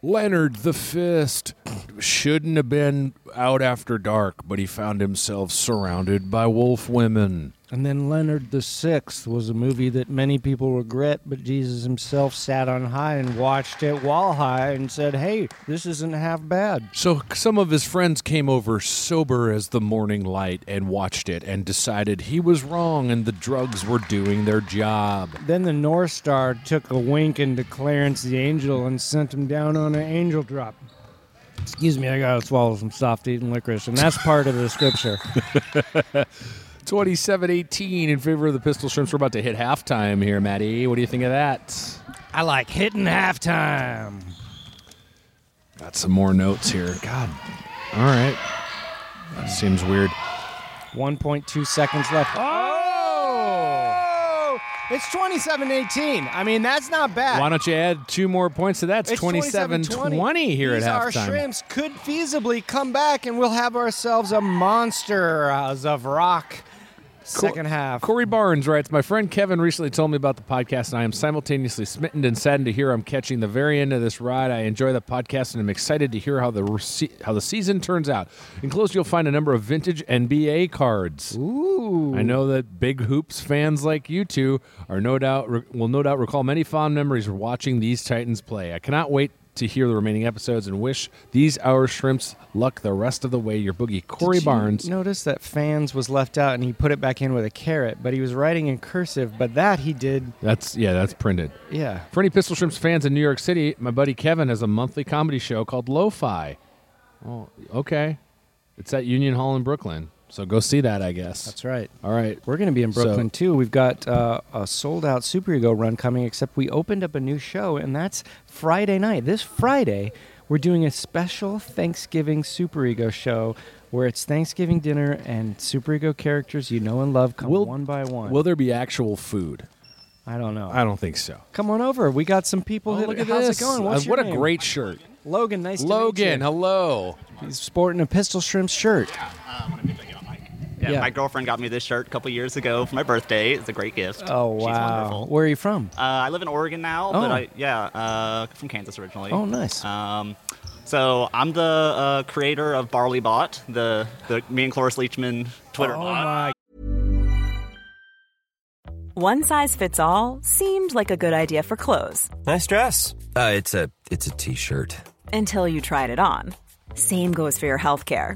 Leonard the Fist shouldn't have been out after dark, but he found himself surrounded by wolf women. And then Leonard the Sixth was a movie that many people regret, but Jesus himself sat on high and watched it while high and said, "Hey, this isn't half bad." So some of his friends came over sober as the morning light and watched it and decided he was wrong and the drugs were doing their job. Then the North Star took a wink into Clarence the Angel and sent him down on an angel drop. Excuse me, I gotta swallow some soft eating licorice, and that's part of the scripture. 27 18 in favor of the Pistol Shrimps. We're about to hit halftime here, Maddie. What do you think of that? I like hitting halftime. Got some more notes here. God. All right. That seems weird. 1.2 seconds left. Oh! It's 27 18. I mean, that's not bad. Why don't you add two more points to that? It's 27 20 here These at Our halftime. shrimps could feasibly come back, and we'll have ourselves a monster as of rock. Second half. Corey Barnes writes, My friend Kevin recently told me about the podcast, and I am simultaneously smitten and saddened to hear I'm catching the very end of this ride. I enjoy the podcast, and I'm excited to hear how the rece- how the season turns out. Enclosed, you'll find a number of vintage NBA cards. Ooh! I know that big hoops fans like you two are no doubt will no doubt recall many fond memories of watching these Titans play. I cannot wait to hear the remaining episodes and wish these our shrimps luck the rest of the way. Your boogie, Corey Did you Barnes. Notice that fans was left out and he put it back in with a carrot, but he was writing in cursive, but that he did. That's yeah, that's printed. Yeah. For any Pistol Shrimps fans in New York City, my buddy Kevin has a monthly comedy show called Lo-Fi. Oh, okay. It's at Union Hall in Brooklyn. So go see that, I guess. That's right. All right. We're going to be in So- Brooklyn too. We've got uh, a sold out Super Ego run coming, except we opened up a new show, and that's Friday night. This Friday, we're doing a special Thanksgiving Super Ego show where it's Thanksgiving dinner and Super Ego characters you know and love come Will- one by one. Will there be actual food? I don't know. I don't think so. come on over. We got some people. Oh, that- look at How's this. it going? Uh, What's what your a name? great shirt. Logan. Nice to Logan, meet hello. you. He's sporting a pistol shrimp shirt. Yeah, Yeah. my girlfriend got me this shirt a couple years ago for my birthday. It's a great gift. Oh wow! She's wonderful. Where are you from? Uh, I live in Oregon now, Oh. but I, yeah, uh, from Kansas originally. Oh, nice. Um, so I'm the uh, creator of Barley Bot, the, the me and Cloris Leachman Twitter oh bot. my One size fits all seemed like a good idea for clothes Nice dress. Uh, it's a it's a t-shirt. until you tried it on. Same goes for your healthcare.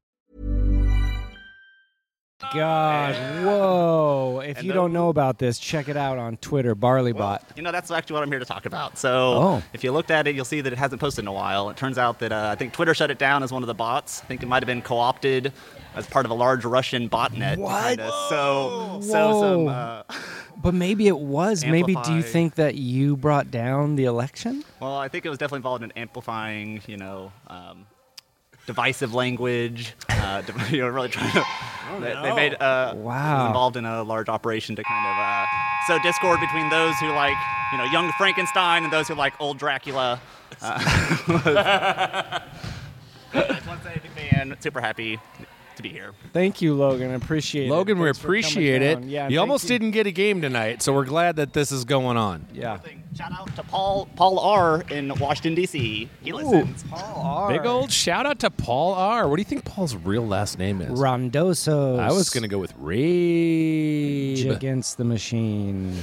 God, whoa. If And you the- don't know about this, check it out on Twitter, BarleyBot. Well, You know, that's actually what I'm here to talk about. So, Oh. if you looked at it, you'll see that it hasn't posted in a while. It turns out that uh, I think Twitter shut it down as one of the bots. I think it might have been co opted as part of a large Russian botnet. What? So, so Whoa. some. Uh, but maybe it was. Maybe do you Amplify. think that you brought down the election? well, I think it was definitely involved in amplifying, you know, um, divisive language. Uh, [LAUGHS] div- you know, really trying to. They, they made. Uh, Wow. Was involved in a large operation to kind of uh, sow discord between those who like, you know, young Frankenstein and those who like old Dracula. Uh, [LAUGHS] I just want to say, big fan, super happy to be here. Thank you, Logan. I appreciate it. Logan, we Thanks for coming appreciate it. down. Yeah, you thank almost didn't get a game tonight, so we're glad that this is going on. Yeah. Shout out to Paul Paul R in Washington D.C. He listens. Big old shout out to Paul R. What do you think Paul's real last name is? Rondosos. I was gonna go with Rabe. Against the machine.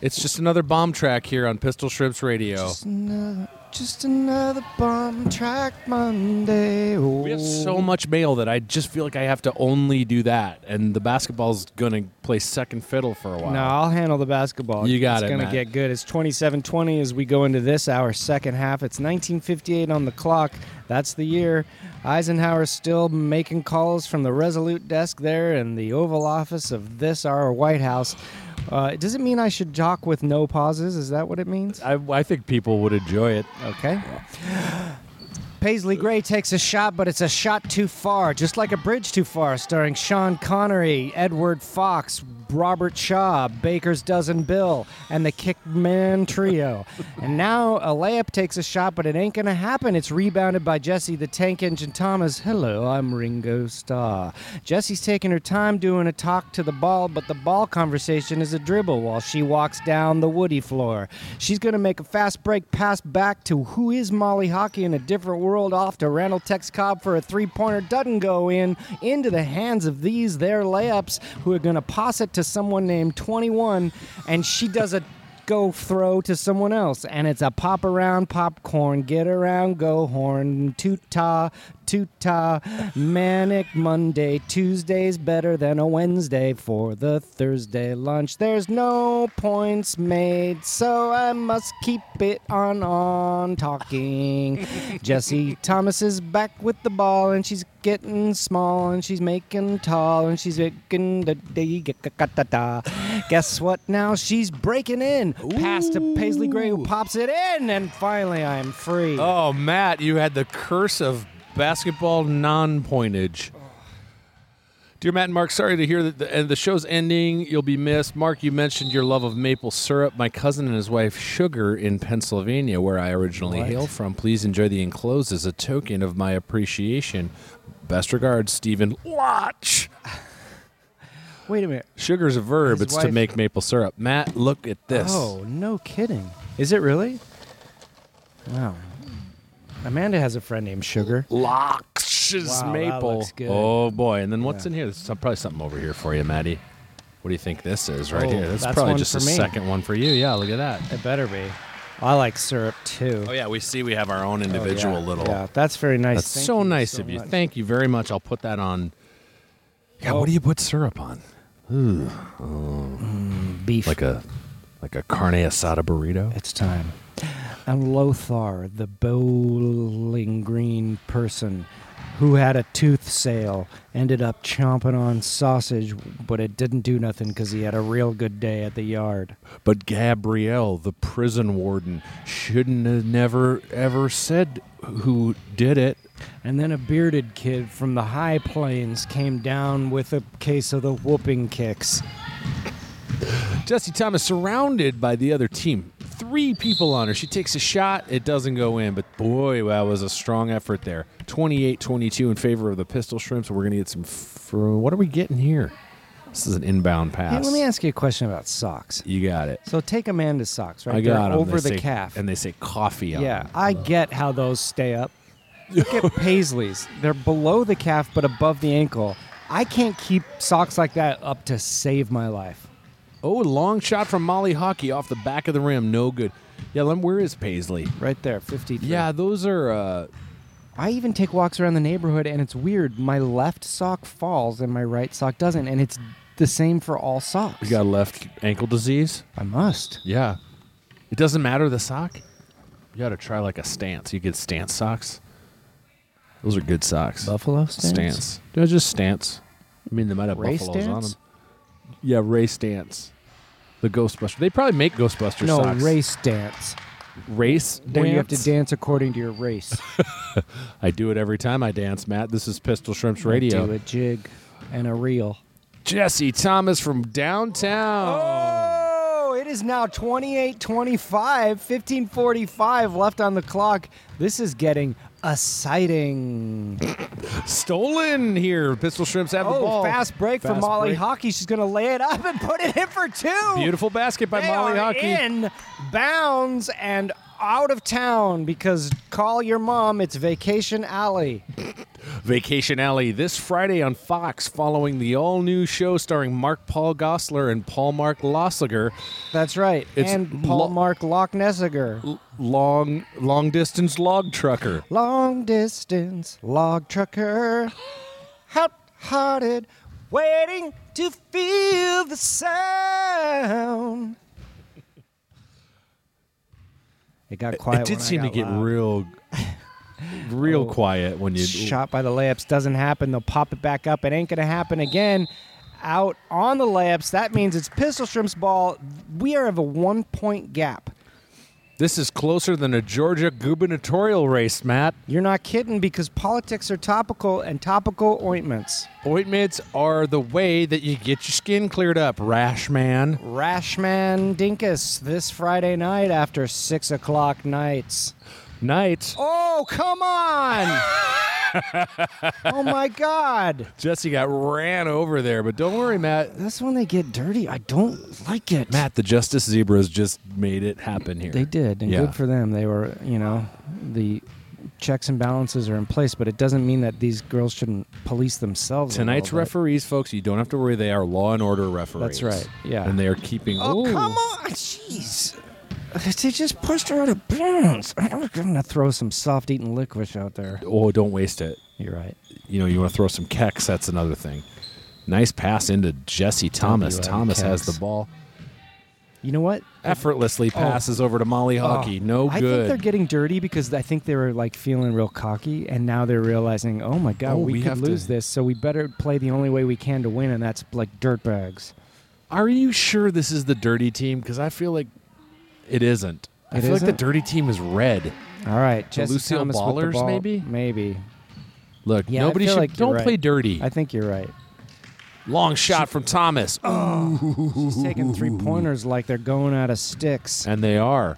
It's just another bomb track here on Pistol Shrimps Radio. Just another, just another bomb track Monday. we have so much mail that I just feel like I have to only do that, and the basketball's gonna play second fiddle for a while. No, I'll handle the basketball. You got it's it, It's going Matt. to get good. It's 27-20 as we go into this hour second half. It's 1958 on the clock. That's the year. Eisenhower's still making calls from the Resolute desk there in the Oval Office of this our White House. Uh, does it mean I should talk with no pauses? Is that what it means? I, I think people would enjoy it. Okay. Paisley Gray takes a shot, but it's a shot too far, just like a bridge too far, starring Sean Connery, Edward Fox, Robert Shaw, Baker's Dozen Bill, and the Kickman Trio. and now a layup takes a shot, but it ain't going to happen. It's rebounded by Jesse the Tank Engine Thomas. Hello, I'm Ringo Starr. Jesse's taking her time doing a talk to the ball, but the ball conversation is a dribble while she walks down the woody floor. She's going to make a fast break pass back to who is Molly Hockey in a different world off to Randall Tex Cobb for a three pointer. Doesn't go in into the hands of these their layups who are going to pass it to someone named 21, and she does a go throw to someone else and it's a pop around popcorn get around go horn toot ta toot ta manic monday tuesday's better than a wednesday for the thursday lunch there's no points made so i must keep it on on [LAUGHS] talking jesse thomas is back with the ball and she's getting small and she's making tall and she's making da da da da da Guess what? Now she's breaking in. Past to Paisley Gray who pops it in, and finally I'm free. Oh, Matt, you had the curse of basketball non-pointage. Dear Matt and Mark, sorry to hear that the, and the show's ending. You'll be missed. Mark, you mentioned your love of maple syrup. My cousin and his wife Sugar in Pennsylvania, where I originally hail from. Please enjoy the enclosed as a token of my appreciation. Best regards, Stephen. Watch. Wait a minute. Sugar's a verb. His it's to wife- make maple syrup. Matt, look at this. Oh, no kidding. Is it really? Wow. Amanda has a friend named Sugar. Locks is Wow, that maple. looks good. Oh boy! And then what's in here? There's some- probably something over here for you, Maddie. What do you think this is right Oh, here? That's, that's probably one just for a me. second one for you. Yeah, look at that. It better be. I like syrup too. Oh yeah, we see we have our own Oh, individual yeah. little. Yeah, that's very nice. That's Thank so nice so of you. much. Oh. Thank you very much. I'll put that on. Yeah, what do you put syrup on? Beef. Like a like a carne asada burrito. It's time. And Lothar, the bowling green person who had a tooth sale, ended up chomping on sausage, but it didn't do nothing because he had a real good day at the yard. But Gabrielle, the prison warden, shouldn't have never ever said who did it. And then a bearded kid from the high plains came down with a case of the whooping kicks. Jesse Thomas surrounded by the other team. Three people on her. She takes a shot. It doesn't go in, but boy, that was a strong effort there. 28 22 in favor of the Pistol Shrimps. We're going to get some. Fr- what are we getting here? This is an inbound Hey, pass. let me ask you a question about socks. you got it. So take Amanda's socks, right? I They're got 'em. over They the say- calf. And they say coffee on Yeah, 'em. I get how those stay up. Look [LAUGHS] at Paisley's. They're below the calf but above the ankle. I can't keep socks like that up to save my life. Oh, long shot from Molly Hockey off the back of the rim. No good. Yeah, Lem, where is Paisley? Right there, 53. Yeah, those are. Uh, I even take walks around the neighborhood and it's weird. My left sock falls and my right sock doesn't. And it's the same for all socks. you got left ankle disease? I must. Yeah. It doesn't matter the sock. You got to try like a stance. You get stance socks. Those are good socks. Buffalo stance. No, just stance. I mean, they might have Ray buffaloes on stance? them. Yeah, Ray stance. The Ghostbuster. They probably make Ghostbuster No, socks. race dance. race dance. Where you have to dance according to your race. I do it every time I dance, Matt. This is Pistol Shrimps Radio. Do a jig and a reel. Jesse Thomas from downtown. Oh, it is now 28 25, 1545 left on the clock. This is getting exciting. Stolen here. Pistol Shrimps have the Oh, ball. fast break for Fast Molly break. Hockey. She's going to lay it up and put it in for two. Beautiful basket by They Molly are Hockey. in bounds and out of town because call your mom. It's Vacation Alley. Vacation Alley this Friday on Fox following the all new show starring Mark Paul Gossler and Paul Mark Lossiger. That's right. It's and Paul lo- Mark Loch Nessiger. Long long distance log trucker. Long distance log trucker, hot hearted, waiting to feel the sound. It got quiet. it did when I seem to got Oh. get loud. real real quiet when you shot by the layups. Doesn't happen. They'll pop it back up. It ain't gonna happen again. Out on the layups. That means it's Pistol Shrimp's ball. We are of a one point gap. This is closer than a Georgia gubernatorial race, Matt. You're not kidding because politics are topical and topical ointments. Ointments are the way that you get your skin cleared up, rash man. Rashman Dinkus this Friday night after six o'clock nights. Night. Oh, come on! oh my God. Jesse got ran over there, but don't worry, Matt. That's when they get dirty. I don't like it. Matt, the Justice Zebras just made it happen here. They did, and Yeah. good for them. They were, you know, the checks and balances are in place, but it doesn't mean that these girls shouldn't police themselves. a Tonight's little bit. referees, folks, you don't have to worry. They are law and order referees. Oh, That's right, yeah. And they are keeping. Oh, Ooh. come on. Jeez. [LAUGHS] They just pushed her out of bounds. I'm going to throw some soft eating licorice out there. Oh, don't waste it. You're right. You know, you want to throw some keks. That's another thing. Nice pass into Jesse Thomas. WM Thomas has Keks. the ball. You know what? Effortlessly passes over to Molly Hockey. no Oh. I think good. they're getting dirty because I think they were like feeling real cocky, and now they're realizing, oh my god, Oh, we, we could have lose to- this, so we better play the only way we can to win, and that's like dirtbags. Are you sure this is the dirty team? Because I feel like it isn't. I It feel like isn't? the dirty team is red. All right, The Jesse Lucille Thomas with the Ballers, ball. maybe? Maybe. Look, Yeah, I nobody feel should. like you're don't right. play dirty. I think you're right. Long shot from Thomas. She's taking three pointers like they're going out of sticks. And they are.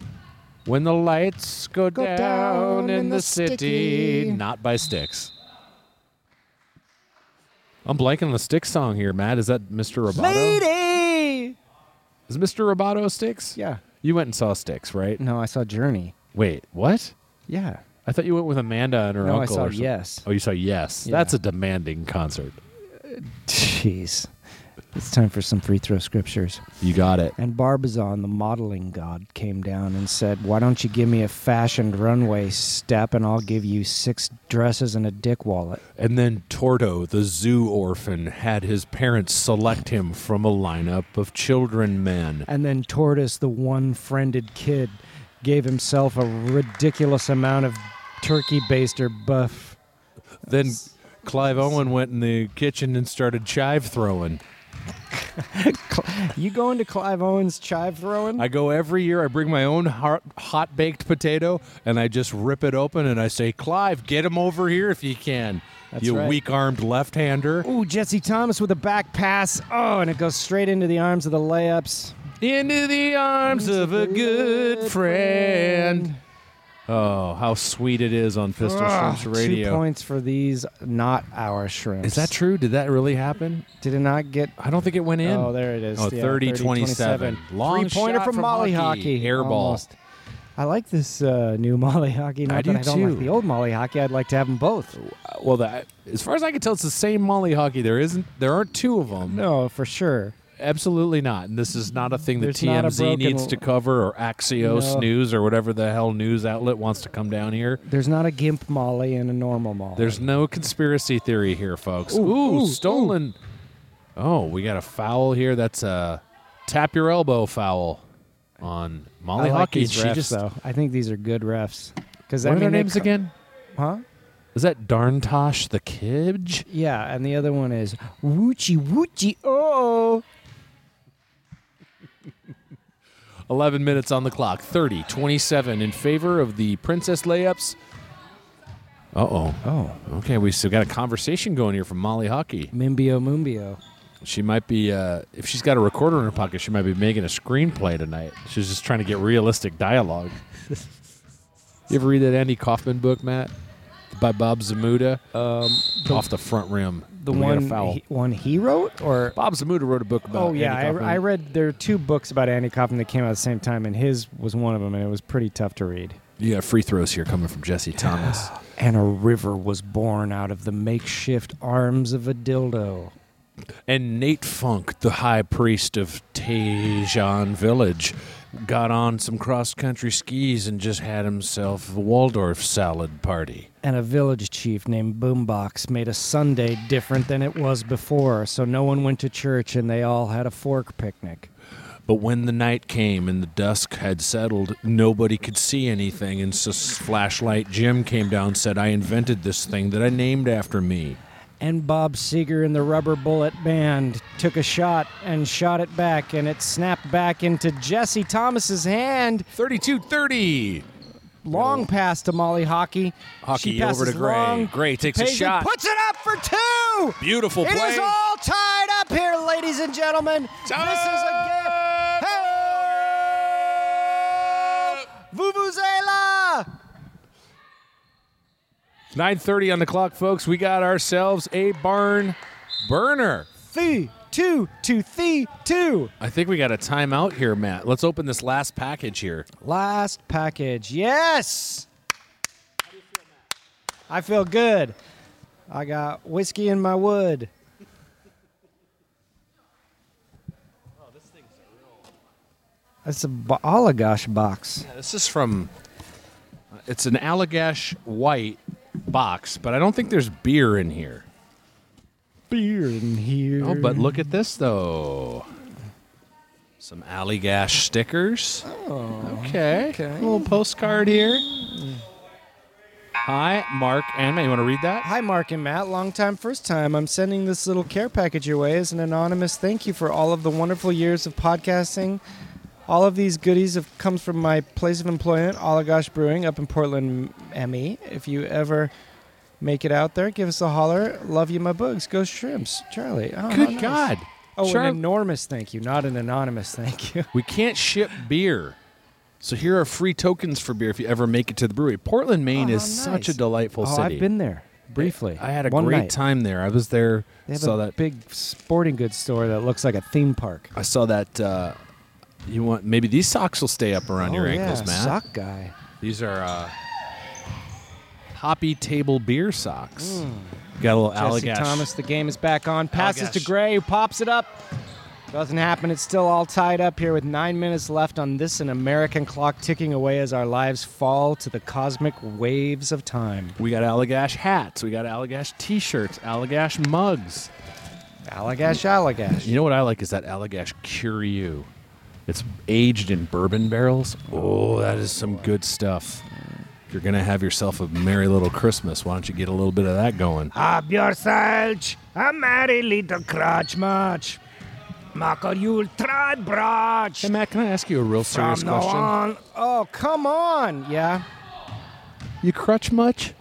When the lights go, Go down, down in in the, the city, sticky. not by sticks. I'm blanking on the stick song here, Matt. Is that Mr. Roboto? Lady. Is Mr. Roboto sticks? Yeah. You went and saw sticks, right? No, I saw Journey. Wait, what? Yeah. I thought you went with Amanda and her No, I uncle. saw or something. Yes. [LAUGHS] Oh, you saw yes. Yeah. That's a demanding concert. Jeez. It's time for some free throw scriptures. You got it. And Barbizon, the modeling god, came down and said, Why don't you give me a fashioned runway step and I'll give you six dresses and a dick wallet? And then Torto, the zoo orphan, had his parents select him from a lineup of children men. And then Tortoise, the one friended kid, gave himself a ridiculous amount of turkey baster buff. Then Clive Owen went in the kitchen and started chive throwing. You going to Clive Owen's chive throwing? I go every year, I bring my own hot, hot baked potato and I just rip it open and I say, Clive, get him over here if you can. That's you right. weak armed left hander. Ooh, Jesse Thomas with a back pass. Oh, and it goes straight into the arms of the layups. Into the arms of a good friend. Oh, how sweet it is on Pistol Ah, Shrimps Radio. Two points for these not our shrimps. Is that true? Did that really happen? Did it not get? I don't think it went in. Oh, there it is. Oh, Yeah, 30 27. Three Long pointer shot from from Molly Hockey. Hockey. Air ball. Almost. I like this uh, new [LAUGHS] Molly Hockey. Not I do that I Oh. don't too. like the old Molly Hockey. I'd like to have them both. Well, that as far as I can tell, it's the same Molly hockey. There isn't. There aren't two of them. No, Oh, for sure. absolutely not. And this is not a thing that There's not a TMZ needs broken- to cover or Axios No. News or whatever the hell news outlet wants to come down here. There's not a gimp Molly and a normal Molly. There's no conspiracy theory here, folks. Ooh, ooh, stolen. Oh, we got a foul here. That's a tap your elbow foul on I Molly like hockey. these she refs, just though. I think these are good refs. Because I what are mean, their they names co- again? Huh? Is that Darntosh the Kidge? Yeah, and the other one is Woochie Woochie Oh. 11 minutes on the clock 30 27 in favor of the princess layups uh-oh Oh, okay we still got a conversation going here from molly hockey Mimbio Mumbio. she might be uh, if she's got a recorder in her pocket she might be making a screenplay tonight she's just trying to get realistic dialogue you ever read that andy kaufman book matt by bob zamuda Um, off the front rim the We got a one foul. he, one he wrote, or bob zamuda wrote a book about oh yeah, Andy Kaufman. I, I read there are two books about Andy Kaufman that came out at the same time, and his was one of them, and it was pretty tough to read. you got free throws here coming from [LAUGHS] jesse thomas And a river was born out of the makeshift arms of a dildo. And Nate Funk, the high priest of Tejan Village, got on some cross country skis and just had himself a Waldorf salad party. And a village chief named Boombox made a Sunday different than it was before, so no one went to church and they all had a fork picnic. But when the night came and the dusk had settled, nobody could see anything, and so Flashlight Jim came down and said, I invented this thing that I named after me. And Bob Seger and the Rubber Bullet Band took a shot and shot it back, and it snapped back into Jesse Thomas's hand. 32 30. Long pass to Molly Hockey. Oh. Hockey She passes over to Gray. long. Gray takes a Paisley shot. Puts it up for two. Beautiful It play. is all tied up here, ladies and gentlemen. This is a gift. Hey! Vuvuzela! 9:30 on the clock, folks. We got ourselves a barn burner. Three, two, two, three, two. I think we got a timeout here, Matt. Let's open this last package here. Last package. Yes. I feel good. I got whiskey in my wood. Oh, That's a bo- oligosh box. Uh, This is from uh, it's an Allagash white box, but I don't think there's beer in here. Beer in here. Oh, but look at this though. Some Allagash stickers. Oh, okay. okay. little postcard here. Hi, Mark and Matt. You want to read that? Hi, Mark and Matt. Long time, first time. I'm sending this little care package your way as an anonymous thank you for all of the wonderful years of podcasting. All of these goodies have come from my place of employment, Oligosh Brewing, up in Portland, ME. If you ever make it out there, give us a holler. Love you, my bugs. Go shrimps, Charlie. Oh, how Good nice. God. Oh, Char- an enormous thank you, not an anonymous thank you. We can't ship beer. So here are free tokens for beer if you ever make it to the brewery. Portland, Maine Oh, is how such a nice. delightful oh, city. I've been there briefly. I had a One great night. time there. I was there. They have saw a that. big sporting goods store that looks like a theme park. I saw that. Uh, you want maybe these socks will stay up around your Oh, yeah, ankles, Matt. Sock guy. These are uh, hoppy table beer socks. Got a little Hmm. Jesse Allagash. Thomas, the game is back on. Passes to Allagash. Gray, who pops it up. Doesn't happen. It's still all tied up here with nine minutes left on this an American clock ticking away as our lives fall to the cosmic waves of time. We got Allagash hats. We got Allagash t-shirts. Allagash mugs. Allagash, Allagash. You know what I like is that Allagash Curieux. It's aged in bourbon barrels. Oh, that is some good stuff. If you're gonna have yourself a merry little Christmas, why don't you get a little bit of that going? Ah. Up your salch, a merry little crotch march. Marco, you'll try brach. Hey Matt, can I ask you a real serious question? Oh, come on. Yeah. You crutch much?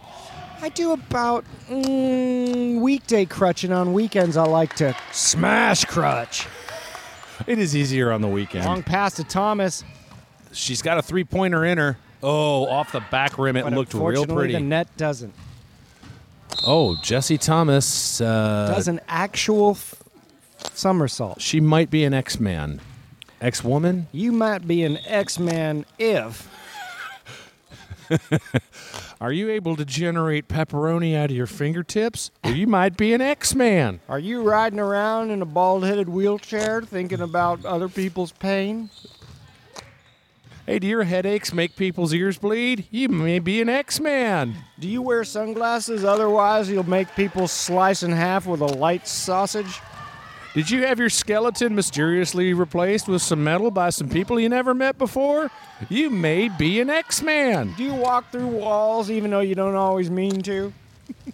I do about mm, weekday crutch, and on weekends I like to smash crutch. It is easier on the weekend. Long pass to Thomas. She's got a three pointer in her. Oh, off the back rim, it but looked real unfortunately, pretty. The net doesn't. oh, Jesse Thomas. Uh, Does an actual f- somersault. She might be an X man, X woman. You might be an X-Man if Are you able to generate pepperoni out of your fingertips? Well, you might be an X man. are you riding around in a bald-headed wheelchair thinking about other people's pain? Hey, do your headaches make people's ears bleed? You may be an X man. Do you wear sunglasses? Otherwise, you'll make people slice in half with a light sausage. Did you have your skeleton mysteriously replaced with some metal by some people you never met before? You may be an X man. Do you walk through walls even though you don't always mean to? [LAUGHS]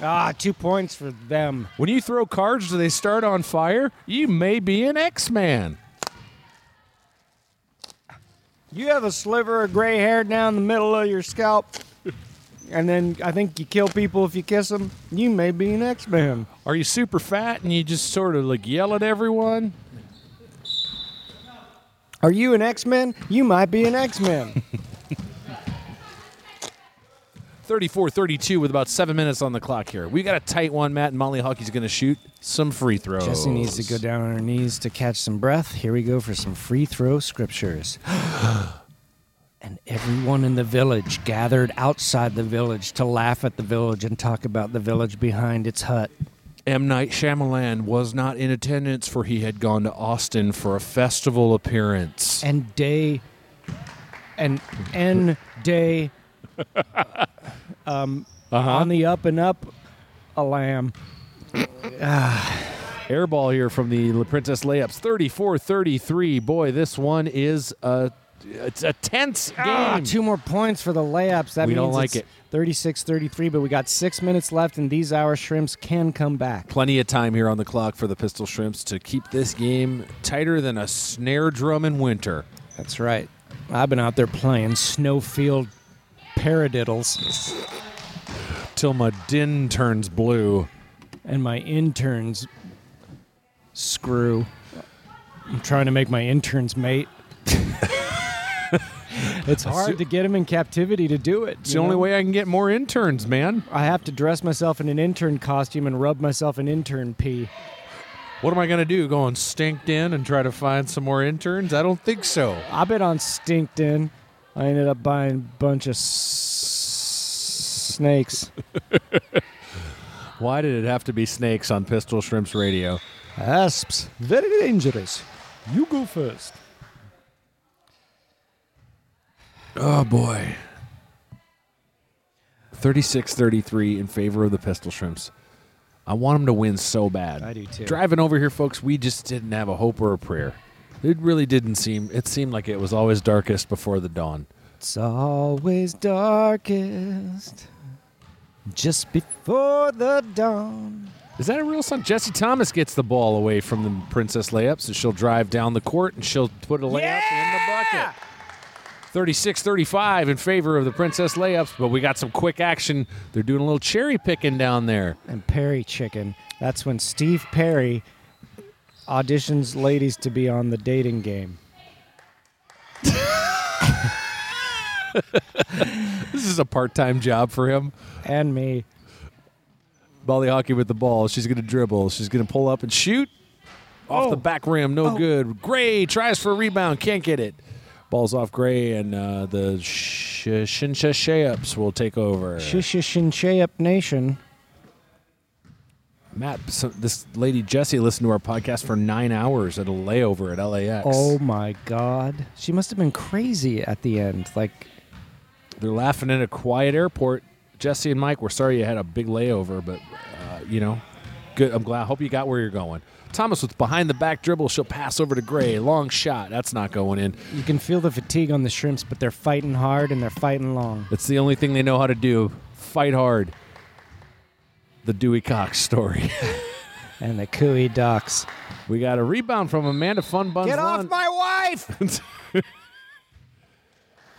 ah, two points for them. When you throw cards, do they start on fire? You may be an X man. You have a sliver of gray hair down the middle of your scalp, and then I think you kill people if you kiss them. You may be an X-Man. Are you super fat and you just sort of like yell at everyone? Are you an X-Man? You might be an X-Man. 34 32 with about seven minutes on the clock here. We got a tight one. Matt and Molly Hockey's going to shoot some free throws. Jesse needs to go down on her knees to catch some breath. Here we go for some free throw [GASPS] scriptures. and everyone in the village gathered outside the village to laugh at the village and talk about the village behind its hut. M. Night Shyamalan was not in attendance, for he had gone to Austin for a festival appearance. And day and and [LAUGHS] day um, on the up and up a lamb. Airball here from the La Princess Layups 34 33. Boy, this one is a, it's a tense game. Ah, two more points for the layups. [LAUGHS] That We means don't like it's it. 36-33, but we got six minutes left, and these hour shrimps can come back. Plenty of time here on the clock for the Pistol Shrimps to keep this game tighter than a snare drum in winter. That's right. I've been out there playing snowfield paradiddles, Till my din turns blue. and my interns screw. I'm trying to make my interns mate. it's hard to get them in captivity to do it. It's the only way I can get more interns, man. I have to dress myself in an intern costume and rub myself in intern pee. What am I going to do? Go on Stinked In and try to find some more interns? I don't think so. I bet on Stinkton. I ended up buying a bunch of s- snakes. Why did it have to be snakes on Pistol Shrimps Radio? Asps. Very dangerous. You go first. Oh, boy. 36 33 in favor of the Pistol Shrimps. I want them to win so bad. I do too. Driving over here, folks, we just didn't have a hope or a prayer. It really didn't seem, it seemed like it was always darkest before the dawn. It's always darkest just before the dawn. Is that a real song? Jesse Thomas gets the ball away from the Princess layup, so she'll drive down the court and she'll put a layup in the bucket. 36 35 in favor of the Princess layups, but we got some quick action. They're doing a little cherry picking down there. And Perry Chicken. That's when Steve Perry auditions ladies to be on the dating game. This is a part time job for him. And me. Molly Hockey with the ball. She's going to dribble. She's going to pull up and shoot. Off the back rim. No good. Gray tries for a rebound. Can't get it. Ball's off Gray, and uh, the sh- Shinsha Shayups will take over. Shishishin Up Nation. Matt, so this lady Jessie listened to our podcast for nine hours at a layover at LAX. Oh my God. She must have been crazy at the end. Like, They're laughing in a quiet airport. Jesse and Mike, we're sorry you had a big layover, but uh, you know, good. I'm glad. Hope you got where you're going. Thomas with behind the back dribble. She'll pass over to Gray. Long shot. That's not going in. you can feel the fatigue on the shrimps, but they're fighting hard and they're fighting long. That's the only thing they know how to do. Fight hard. The Dewey Cox story. [LAUGHS] And the cooey ducks. we got a rebound from Amanda Funbuns. Get off Lund. my wife! [LAUGHS]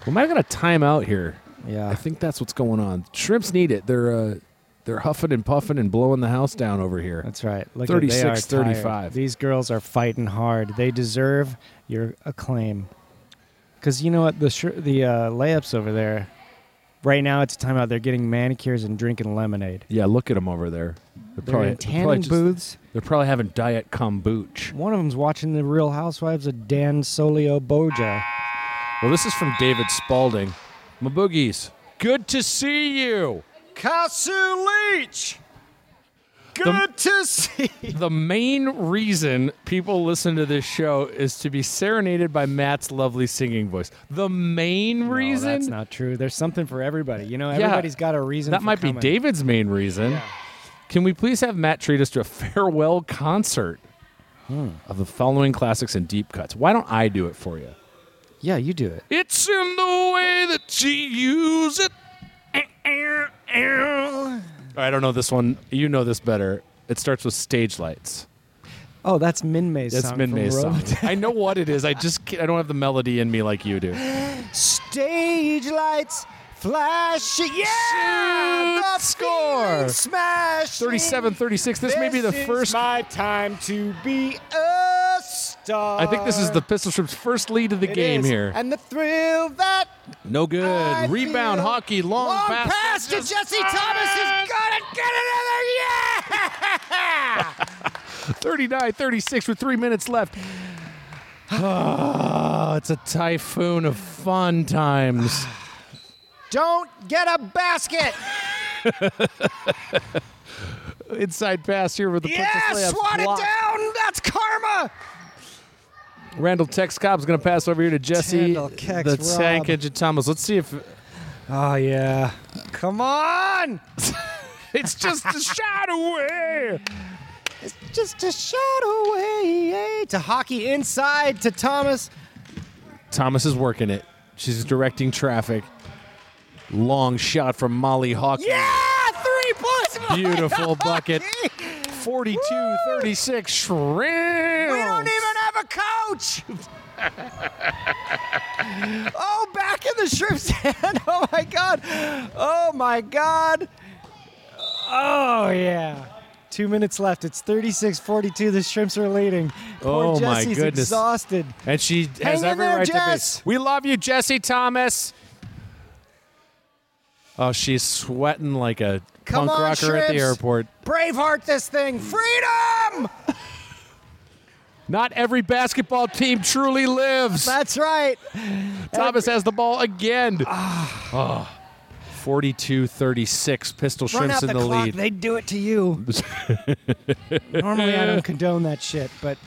We might have got a timeout here. Yeah. I think that's what's going on. Shrimps need it. They're uh, they're huffing and puffing and blowing the house down over here. That's right. Look at- they are 36, tired. 35. These girls are fighting hard. They deserve your acclaim. Because you know what? The sh- the uh, layups over there, right now it's a timeout. They're getting manicures and drinking lemonade. Yeah, look at them over there. They're, They're in tanning just- booths. They're probably having diet kombucha. One of them's watching The Real Housewives of Dan Solio Boja. Well, this is from David Spalding. My boogies, good to see you. Kasu Leach! Good to [LAUGHS] see The main reason people listen to this show is to be serenaded by Matt's lovely singing voice. The main reason that's not true. There's something for everybody. You know, Yeah. everybody's got a reason that for might be coming. David's main reason. Can we please have Matt treat us to a farewell concert Hmm. Of the following classics and deep cuts. Why don't I do it for you? Yeah, you do it. It's in the way that she used it. I don't know this one. You know this better. It starts with stage lights. Oh, that's Min May's That's song. Min from May's [LAUGHS] song. Robot- I know what it is. I just ca- I don't have the melody in me like [LAUGHS] you do. Stage lights flashing. Yeah! The score! Smash! 37 36. This may be the first. my time to be a star. I think this is the Pistol Shrimp's first lead of the It game is. here. And the thrill that no good. I Rebound, feel- hockey, long, long pass to Jesse Thomas is gonna get another yeah! 39 36 with three minutes left. Ah, it's a typhoon of fun times. Don't get a basket. Inside pass here with the yeah, Princess layup swat it blocked. down. That's karma. Randall Tex Cobb's going to pass over here to Jesse. Randall Tex The Rob. tank engine Thomas. Let's see if Oh yeah. Come on. [LAUGHS] it's just a shot away. It's just a shot away. yay. To hockey inside to Thomas. Thomas is working it. She's directing traffic. Long shot from Molly Hawkins. Yeah, three points. Beautiful bucket. 42 36. Shrimp. We don't even have a coach. [LAUGHS] oh, back in the shrimp's hand. [LAUGHS] Oh my god. Oh my god. Oh yeah. Two minutes left. It's 36-42. The shrimps are leading. Poor Oh, my Jesse's goodness. exhausted. And she has Hang in every there, right Jess. to be. We love you, Jesse Thomas. Oh, she's sweating like a Come punk on, rocker at the Shrimps. airport. Braveheart this thing. Freedom! Not every basketball team truly lives. That's right. Thomas has the ball again. Ah. 42 36. Pistol Run Shrimps out in the, the, clock. lead. They do it to [LAUGHS] you. Normally I don't condone that shit, but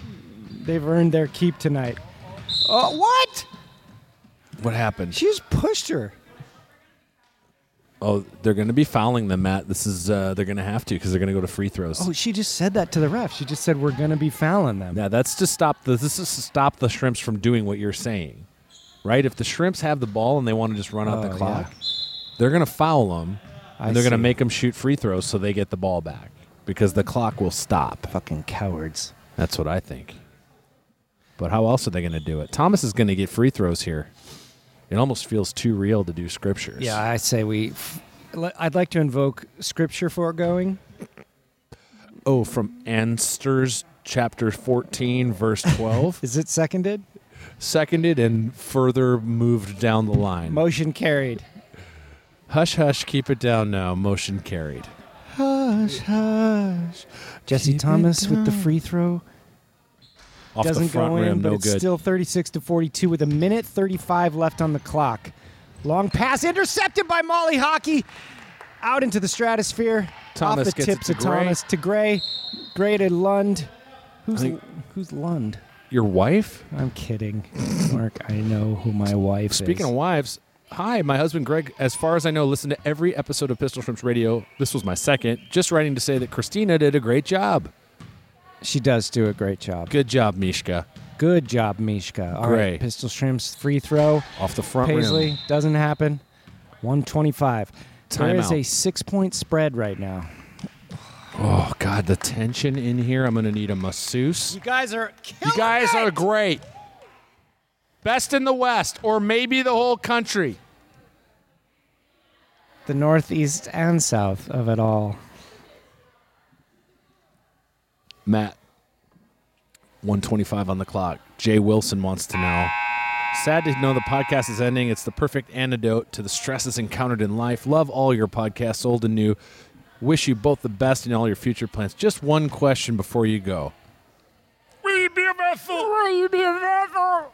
they've earned their keep tonight. Oh, what? What happened? She just pushed her. Oh, they're going to be fouling them, Matt. This is uh, they're going to have to because they're going to go to free throws. Oh, she just said that to the ref. She just said we're gonna be fouling them. Yeah, that's to stop the this is to stop the shrimps from doing what you're saying. right? If the shrimps have the ball and they want to just run out Oh, the clock, they're going to foul them, and I they're going to see. make them shoot free throws so they get the ball back because the clock will stop. Fucking cowards. That's what I think. But how else are they going to do it? Thomas is going to get free throws here. It almost feels too real to do scriptures. Yeah, I say we. Li- I'd like to invoke scripture foregoing. Oh, from Ansters chapter 14, verse [LAUGHS] 12. Is it seconded? Seconded and further moved down the line. Motion carried. Hush, hush, keep it down now. Motion carried. Hush, hush. Jesse Keep it Thomas with the down. free throw. Off the Doesn't front go in, rim, but no it's good. still 36 to 42 with a minute 35 left on the clock. Long pass intercepted by Molly Hockey. Out into the stratosphere. Thomas Off the gets tips it of to Gray. Thomas to Gray. Gray to Lund. Who's I think- who's Lund? Your wife? I'm kidding, [LAUGHS] Mark. I know who my wife is. Speaking of wives, hi, my husband Greg, as far as I know, listened to every episode of Pistol Shrimps Radio. This was my second. Just writing to say that Christina did a great job. She does do a great job. Good job, Mishka. Good job, Mishka. All right, Gray. Pistol Shrimps free throw. Off the front Paisley rim. doesn't happen. 125. There is Timeout. a six point spread right now. Oh, God, the tension in here. I'm going to need a masseuse. guys are You guys are great. Best in the West, or maybe the whole country. the northeast and south of it all. Matt, 125 on the clock. Jay Wilson wants to know. Sad to know the podcast is ending. It's the perfect antidote to the stresses encountered in life. Love all your podcasts, old and new. Wish you both the best in all your future plans. Just one question before you go. Will you be a vessel? Will you be a vessel?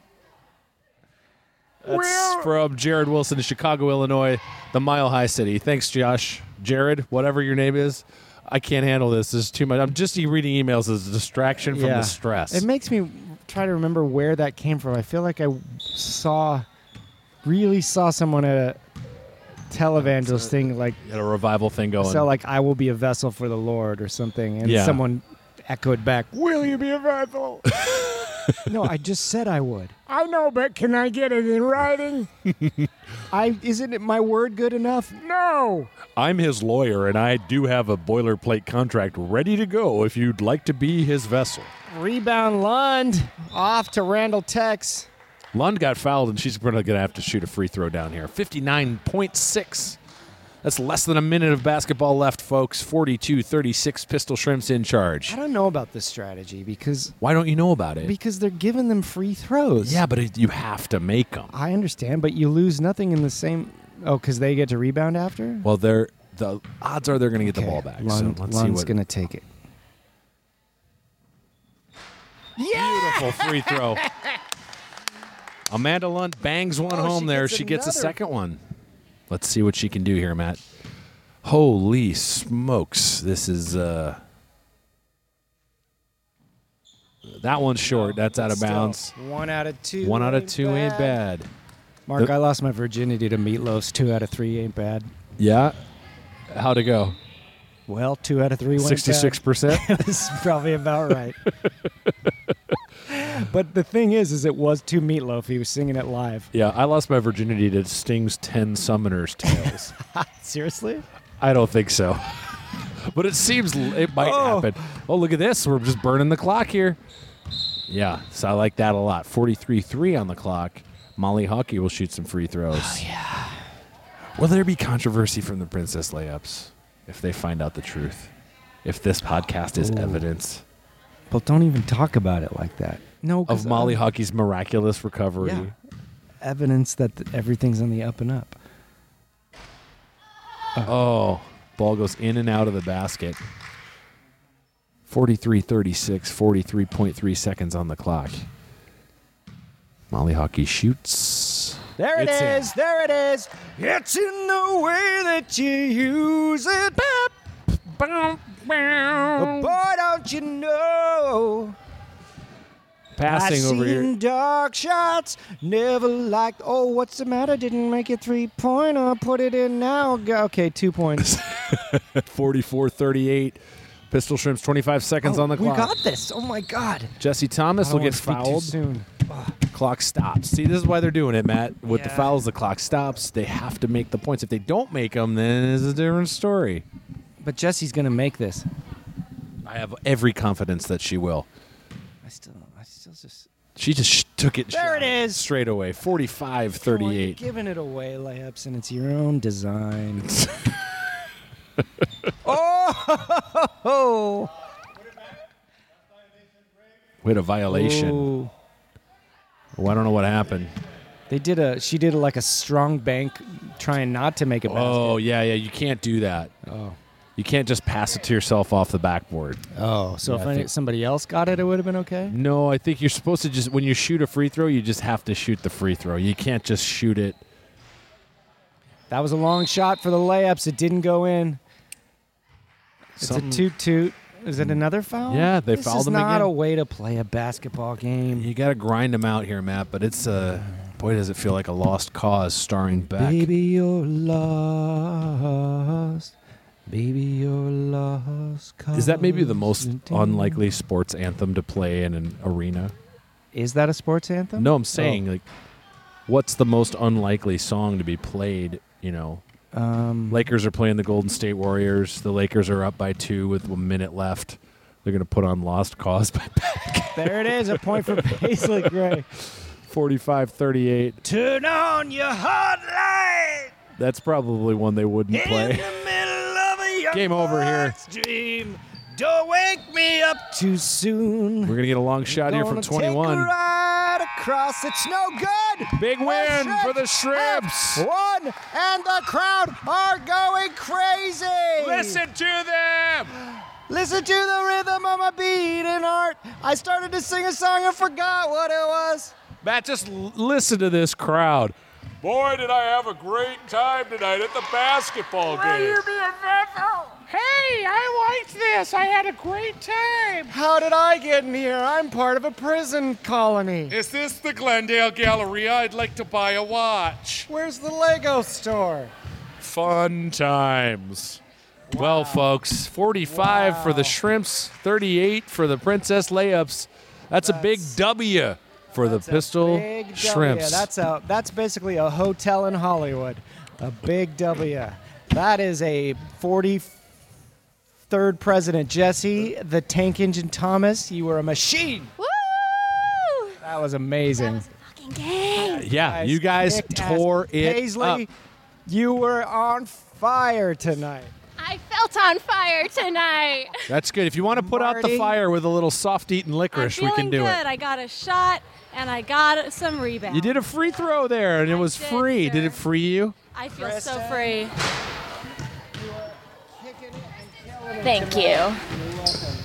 That's from Jared Wilson in Chicago, Illinois, the Mile High City. Thanks, Josh. Jared, whatever your name is, I can't handle this. This is too much. I'm just reading emails as a distraction from the stress. It makes me try to remember where that came from. I feel like I saw, really saw someone at a televangelist thing like You had a revival thing going. So like I will be a vessel for the Lord or something, and Yeah. someone echoed back, "Will you be a vessel?" no, I just said I would. [LAUGHS] I know, but can I get it in writing? [LAUGHS] I isn't it my word good enough? No. I'm his lawyer, and I do have a boilerplate contract ready to go if you'd like to be his vessel. Rebound Lund off to Randall Tex. Lund got fouled, and she's going to have to shoot a free throw down here. 59.6. That's less than a minute of basketball left, folks. 42 36 Pistol Shrimps in charge. I don't know about this strategy because Why don't you know about it? because they're giving them free throws. yeah, but it, you have to make them. I understand, but you lose nothing in the same. Oh, because they get to rebound after. Well, they're the odds are they're going to get the ball back. Lund, so let's Lund's see what gonna take it. beautiful free throw. Amanda Lund bangs one Oh, home she there. gets she gets a another. second one. Let's see what she can do here, Matt. Holy smokes. This is uh That one's short. That's out of bounds. One out of two. One out of two ain't bad. Mark, The- I lost my virginity to meatloafs. Two out of three ain't bad. Yeah. How'd it go? Well, two out of three went Sixty-six percent. [LAUGHS] bad. [LAUGHS] this is probably about [LAUGHS] right. but the thing is, is it was too meatloaf. He was singing it live. Yeah, I lost my virginity to Sting's Ten Summoners Tales. Seriously? I don't think so. [LAUGHS] but it seems l- it might Oh. happen. Oh, look at this. We're just burning the clock here. Yeah, so I like that a lot. 43 3 on the clock. Molly Hockey will shoot some free throws. Oh, yeah. Will there be controversy from the Princess layups if they find out the truth? If this podcast is Ooh. evidence Well, don't even talk about it like that. No, 'cause of Molly I'm- Hockey's miraculous recovery? uh, Yeah. Evidence that th- everything's on the up and up. Oh, ball goes in and out of the basket. 43 36, 43.3 seconds on the clock. Molly Hockey shoots. There it It's in. is. There it is. It's in the way that you use it. Pep. Boy, don't you know? Passing I've over seen here. dark shots. Never liked. Oh, what's the matter? Didn't make it three pointer. Put it in now. Go- Okay, two [LAUGHS] points. 44 38. Pistol Shrimps, 25 seconds on the we clock. got this. Oh my God. Oh, Jesse Thomas I will don't wanna get speak too fouled. soon. Clock stops. See, this is why they're doing it, Matt. With the Yeah. fouls, the clock stops. They have to make the points. If they don't make them, then it's a different story. But Jesse's going to make this. I have every confidence that she will. I still, I still just She just sh- took it. There it is. Straight away. 45 You're 38. giving it away, layups, and it's your own [LAUGHS] design. [LAUGHS] oh! Wait, a violation. Ooh. Oh, I don't know what happened. They did a. She did like a strong bank, trying not to make a basket. Oh, yeah, yeah. You can't do that. Oh. You can't just pass it to yourself off the backboard. Oh, so Yeah, if I any- think- somebody else got it, it would have been okay. No, I think you're supposed to just when you shoot a free throw, you just have to shoot the free throw. You can't just shoot it. That was a long shot for the layups. It didn't go in. It's Something- a toot toot. Is it another foul? Yeah, they this fouled is him not again. a way to play a basketball game. You got to grind them out here, Matt. But it's uh, boy, does it feel like a lost cause starring back. Baby, you're lost. Baby, you're lost. Is that maybe the 'cause most you didn't- unlikely sports anthem to play in an arena? Is that a sports anthem? No, I'm saying like, what's the most unlikely song to be played? You know, Um, Lakers are playing the Golden State Warriors. The Lakers are up by two with a minute left. They're gonna put on "Lost Cause" by [LAUGHS] there it is. A point for Paisley Gray. 45-38. Turn on your heart light. That's probably one they wouldn't play. Game over here. Dream. Don't wake me up too soon. We're gonna get a long shot here from Gonna take a 21. ride across. It's no good. Big win for the Shrimps. One and the crowd are going crazy. to them. Listen to the rhythm of my beating heart. I started to sing a song and forgot what it was. Matt, just l- listen to this crowd. Boy, did I have a great time tonight at the basketball game. Hey, I liked this. I had a great time. How did I get in here? I'm part of a prison colony. Is this the Glendale Galleria? I'd like to buy a watch. Where's the Lego store? Fun times. Well, folks, 45 for the Shrimps, 38 for the Princess Layups. That's, a big W for the Pistol Big W. Shrimps. That's a that's basically a hotel in Hollywood. A big W. That is a 43rd president Jesse, the tank engine Thomas. You were a machine. Woo! That was amazing. yeah, you guys Kicked ass. tore it Paisley, up. you were on fire tonight. I felt on fire tonight. That's good. If you want to put out the Marty. fire with a little soft-eaten licorice, we Feeling can do good. it. I got a shot and I got some rebounds. You did a free throw there, and it was free. Did it free you? I feel so free. Thank you.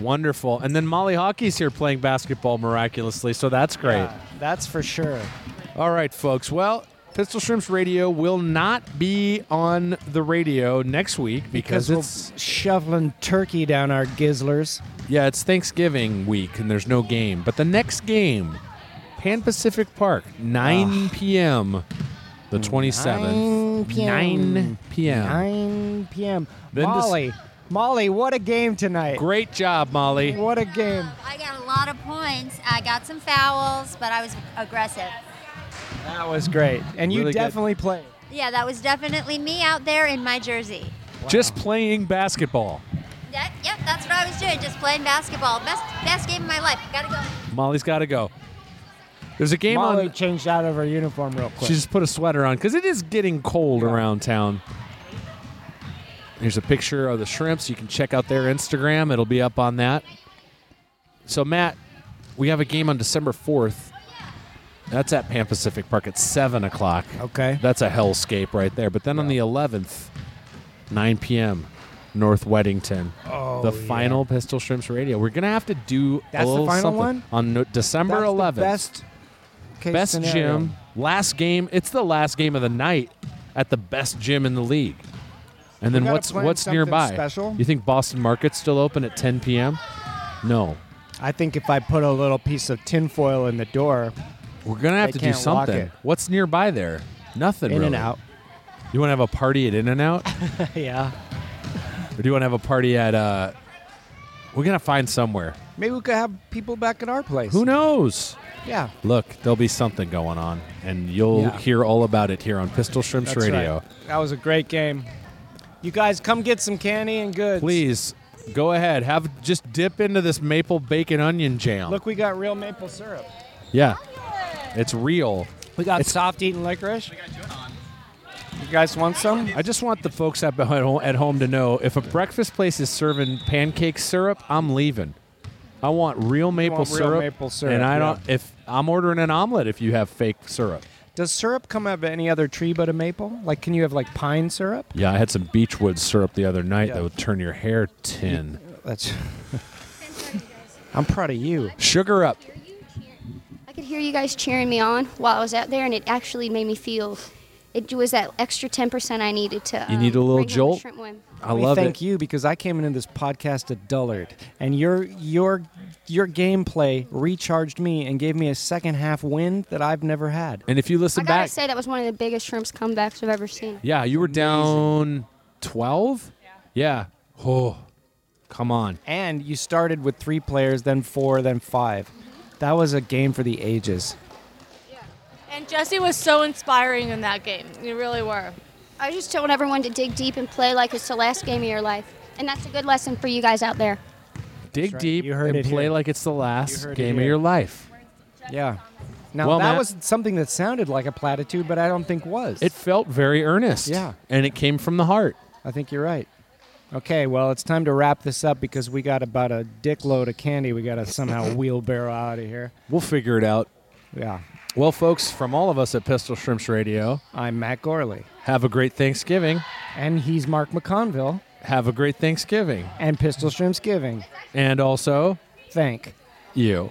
Wonderful. And then Molly Hockey's here playing basketball miraculously, so that's great. That's for sure. All right, folks. Well, Pistol Shrimps Radio will not be on the radio next week because, it's we're shoveling turkey down our gizzlers. yeah, it's Thanksgiving week and there's no game. But the next game, Pan Pacific Park, 9 p.m. the 9 27th. p.m. 9 p.m. 9 p.m. Then dis- Molly, Molly, what a game tonight. Great job, Molly. What a game. I got a lot of points. I got some fouls, but I was aggressive. That was great. And you Really good. definitely played. Yeah, that was definitely me out there in my jersey. Just playing basketball. That, yep, that's what I was doing, just playing basketball. Best, best game of my life. Gotta go. Molly's got to go. There's a game Molly on. changed out of her uniform real quick. She just put a sweater on because it is getting cold around town. Here's a picture of the shrimps. You can check out their Instagram. It'll be up on that. So Matt, we have a game on December fourth. That's at Pan Pacific Park at seven o'clock. Okay. That's a hellscape right there. But then on the eleventh, nine p.m. North Weddington, Oh, the yeah. final Pistol Shrimps Radio. We're gonna have to do That's a the little final something one? on no- December That's the eleventh Best case best scenario. gym last game it's the last game of the night at the best gym in the league and then gotta what's plan what's something nearby special. you think boston market's still open at 10 p.m no I think if I put a little piece of tinfoil in the door, we're gonna have They to do can't lock something it. what's nearby there nothing in really. and out. you want to have a party at in and out [LAUGHS] yeah. or do you want to have a party at uh we're gonna find somewhere Maybe we could have people back at our place. who knows Yeah. Look, there'll be something going on, and you'll Yeah. hear all about it here on Pistol Shrimps That's Radio. right. That was a great game. You guys come get some candy and goods. Please go ahead. Have just dip into this maple bacon onion jam. Look, we got real maple syrup. Yeah, it's real. We got soft eating licorice. You guys want some? I just want the folks at home, at home to know if a breakfast place is serving pancake syrup, I'm leaving. I want real maple want real syrup. maple syrup, And I yeah. don't. If I'm ordering an omelet, if you have fake syrup. Does syrup come out of any other tree but a maple? Like, can you have like pine syrup? Yeah, I had some beechwood syrup the other night Yeah. that would turn your hair tin. That's. [LAUGHS] I'm proud of you. Sugar up. I could hear you guys cheering me on while I was out there, and it actually made me feel. It was that extra ten percent I needed to. You um, need a little bring home the jolt? shrimp win. I we love thank it. you because I came into this podcast a dullard, and your your your gameplay recharged me and gave me a second half win that I've never had. And if you listen I gotta back, say that was one of the biggest shrimps comebacks I've ever seen. yeah, you were down twelve. Yeah. Oh, come on. And you started with three players, then four, then five. That was a game for the ages. And Jesse was so inspiring in that game. You really were. I just told everyone to dig deep and play like it's the last game of your life, and that's a good lesson for you guys out there. Dig deep and it play here. like it's the last heard it game of here. your life. Yeah. Now Well, that Matt- was something that sounded like a platitude, but I don't think was. It felt very earnest. Yeah. And it came from the heart. I think you're right. Okay, well, it's time to wrap this up because we got about a dick load of candy we got to [LAUGHS] somehow wheelbarrow out of here. We'll figure it out. Yeah. Well, folks, from all of us at Pistol Shrimps Radio, I'm Matt Gorley. Have a great Thanksgiving. And he's Mark McConville. Have a great Thanksgiving. And Pistol Shrimp's Giving. And also, thank you.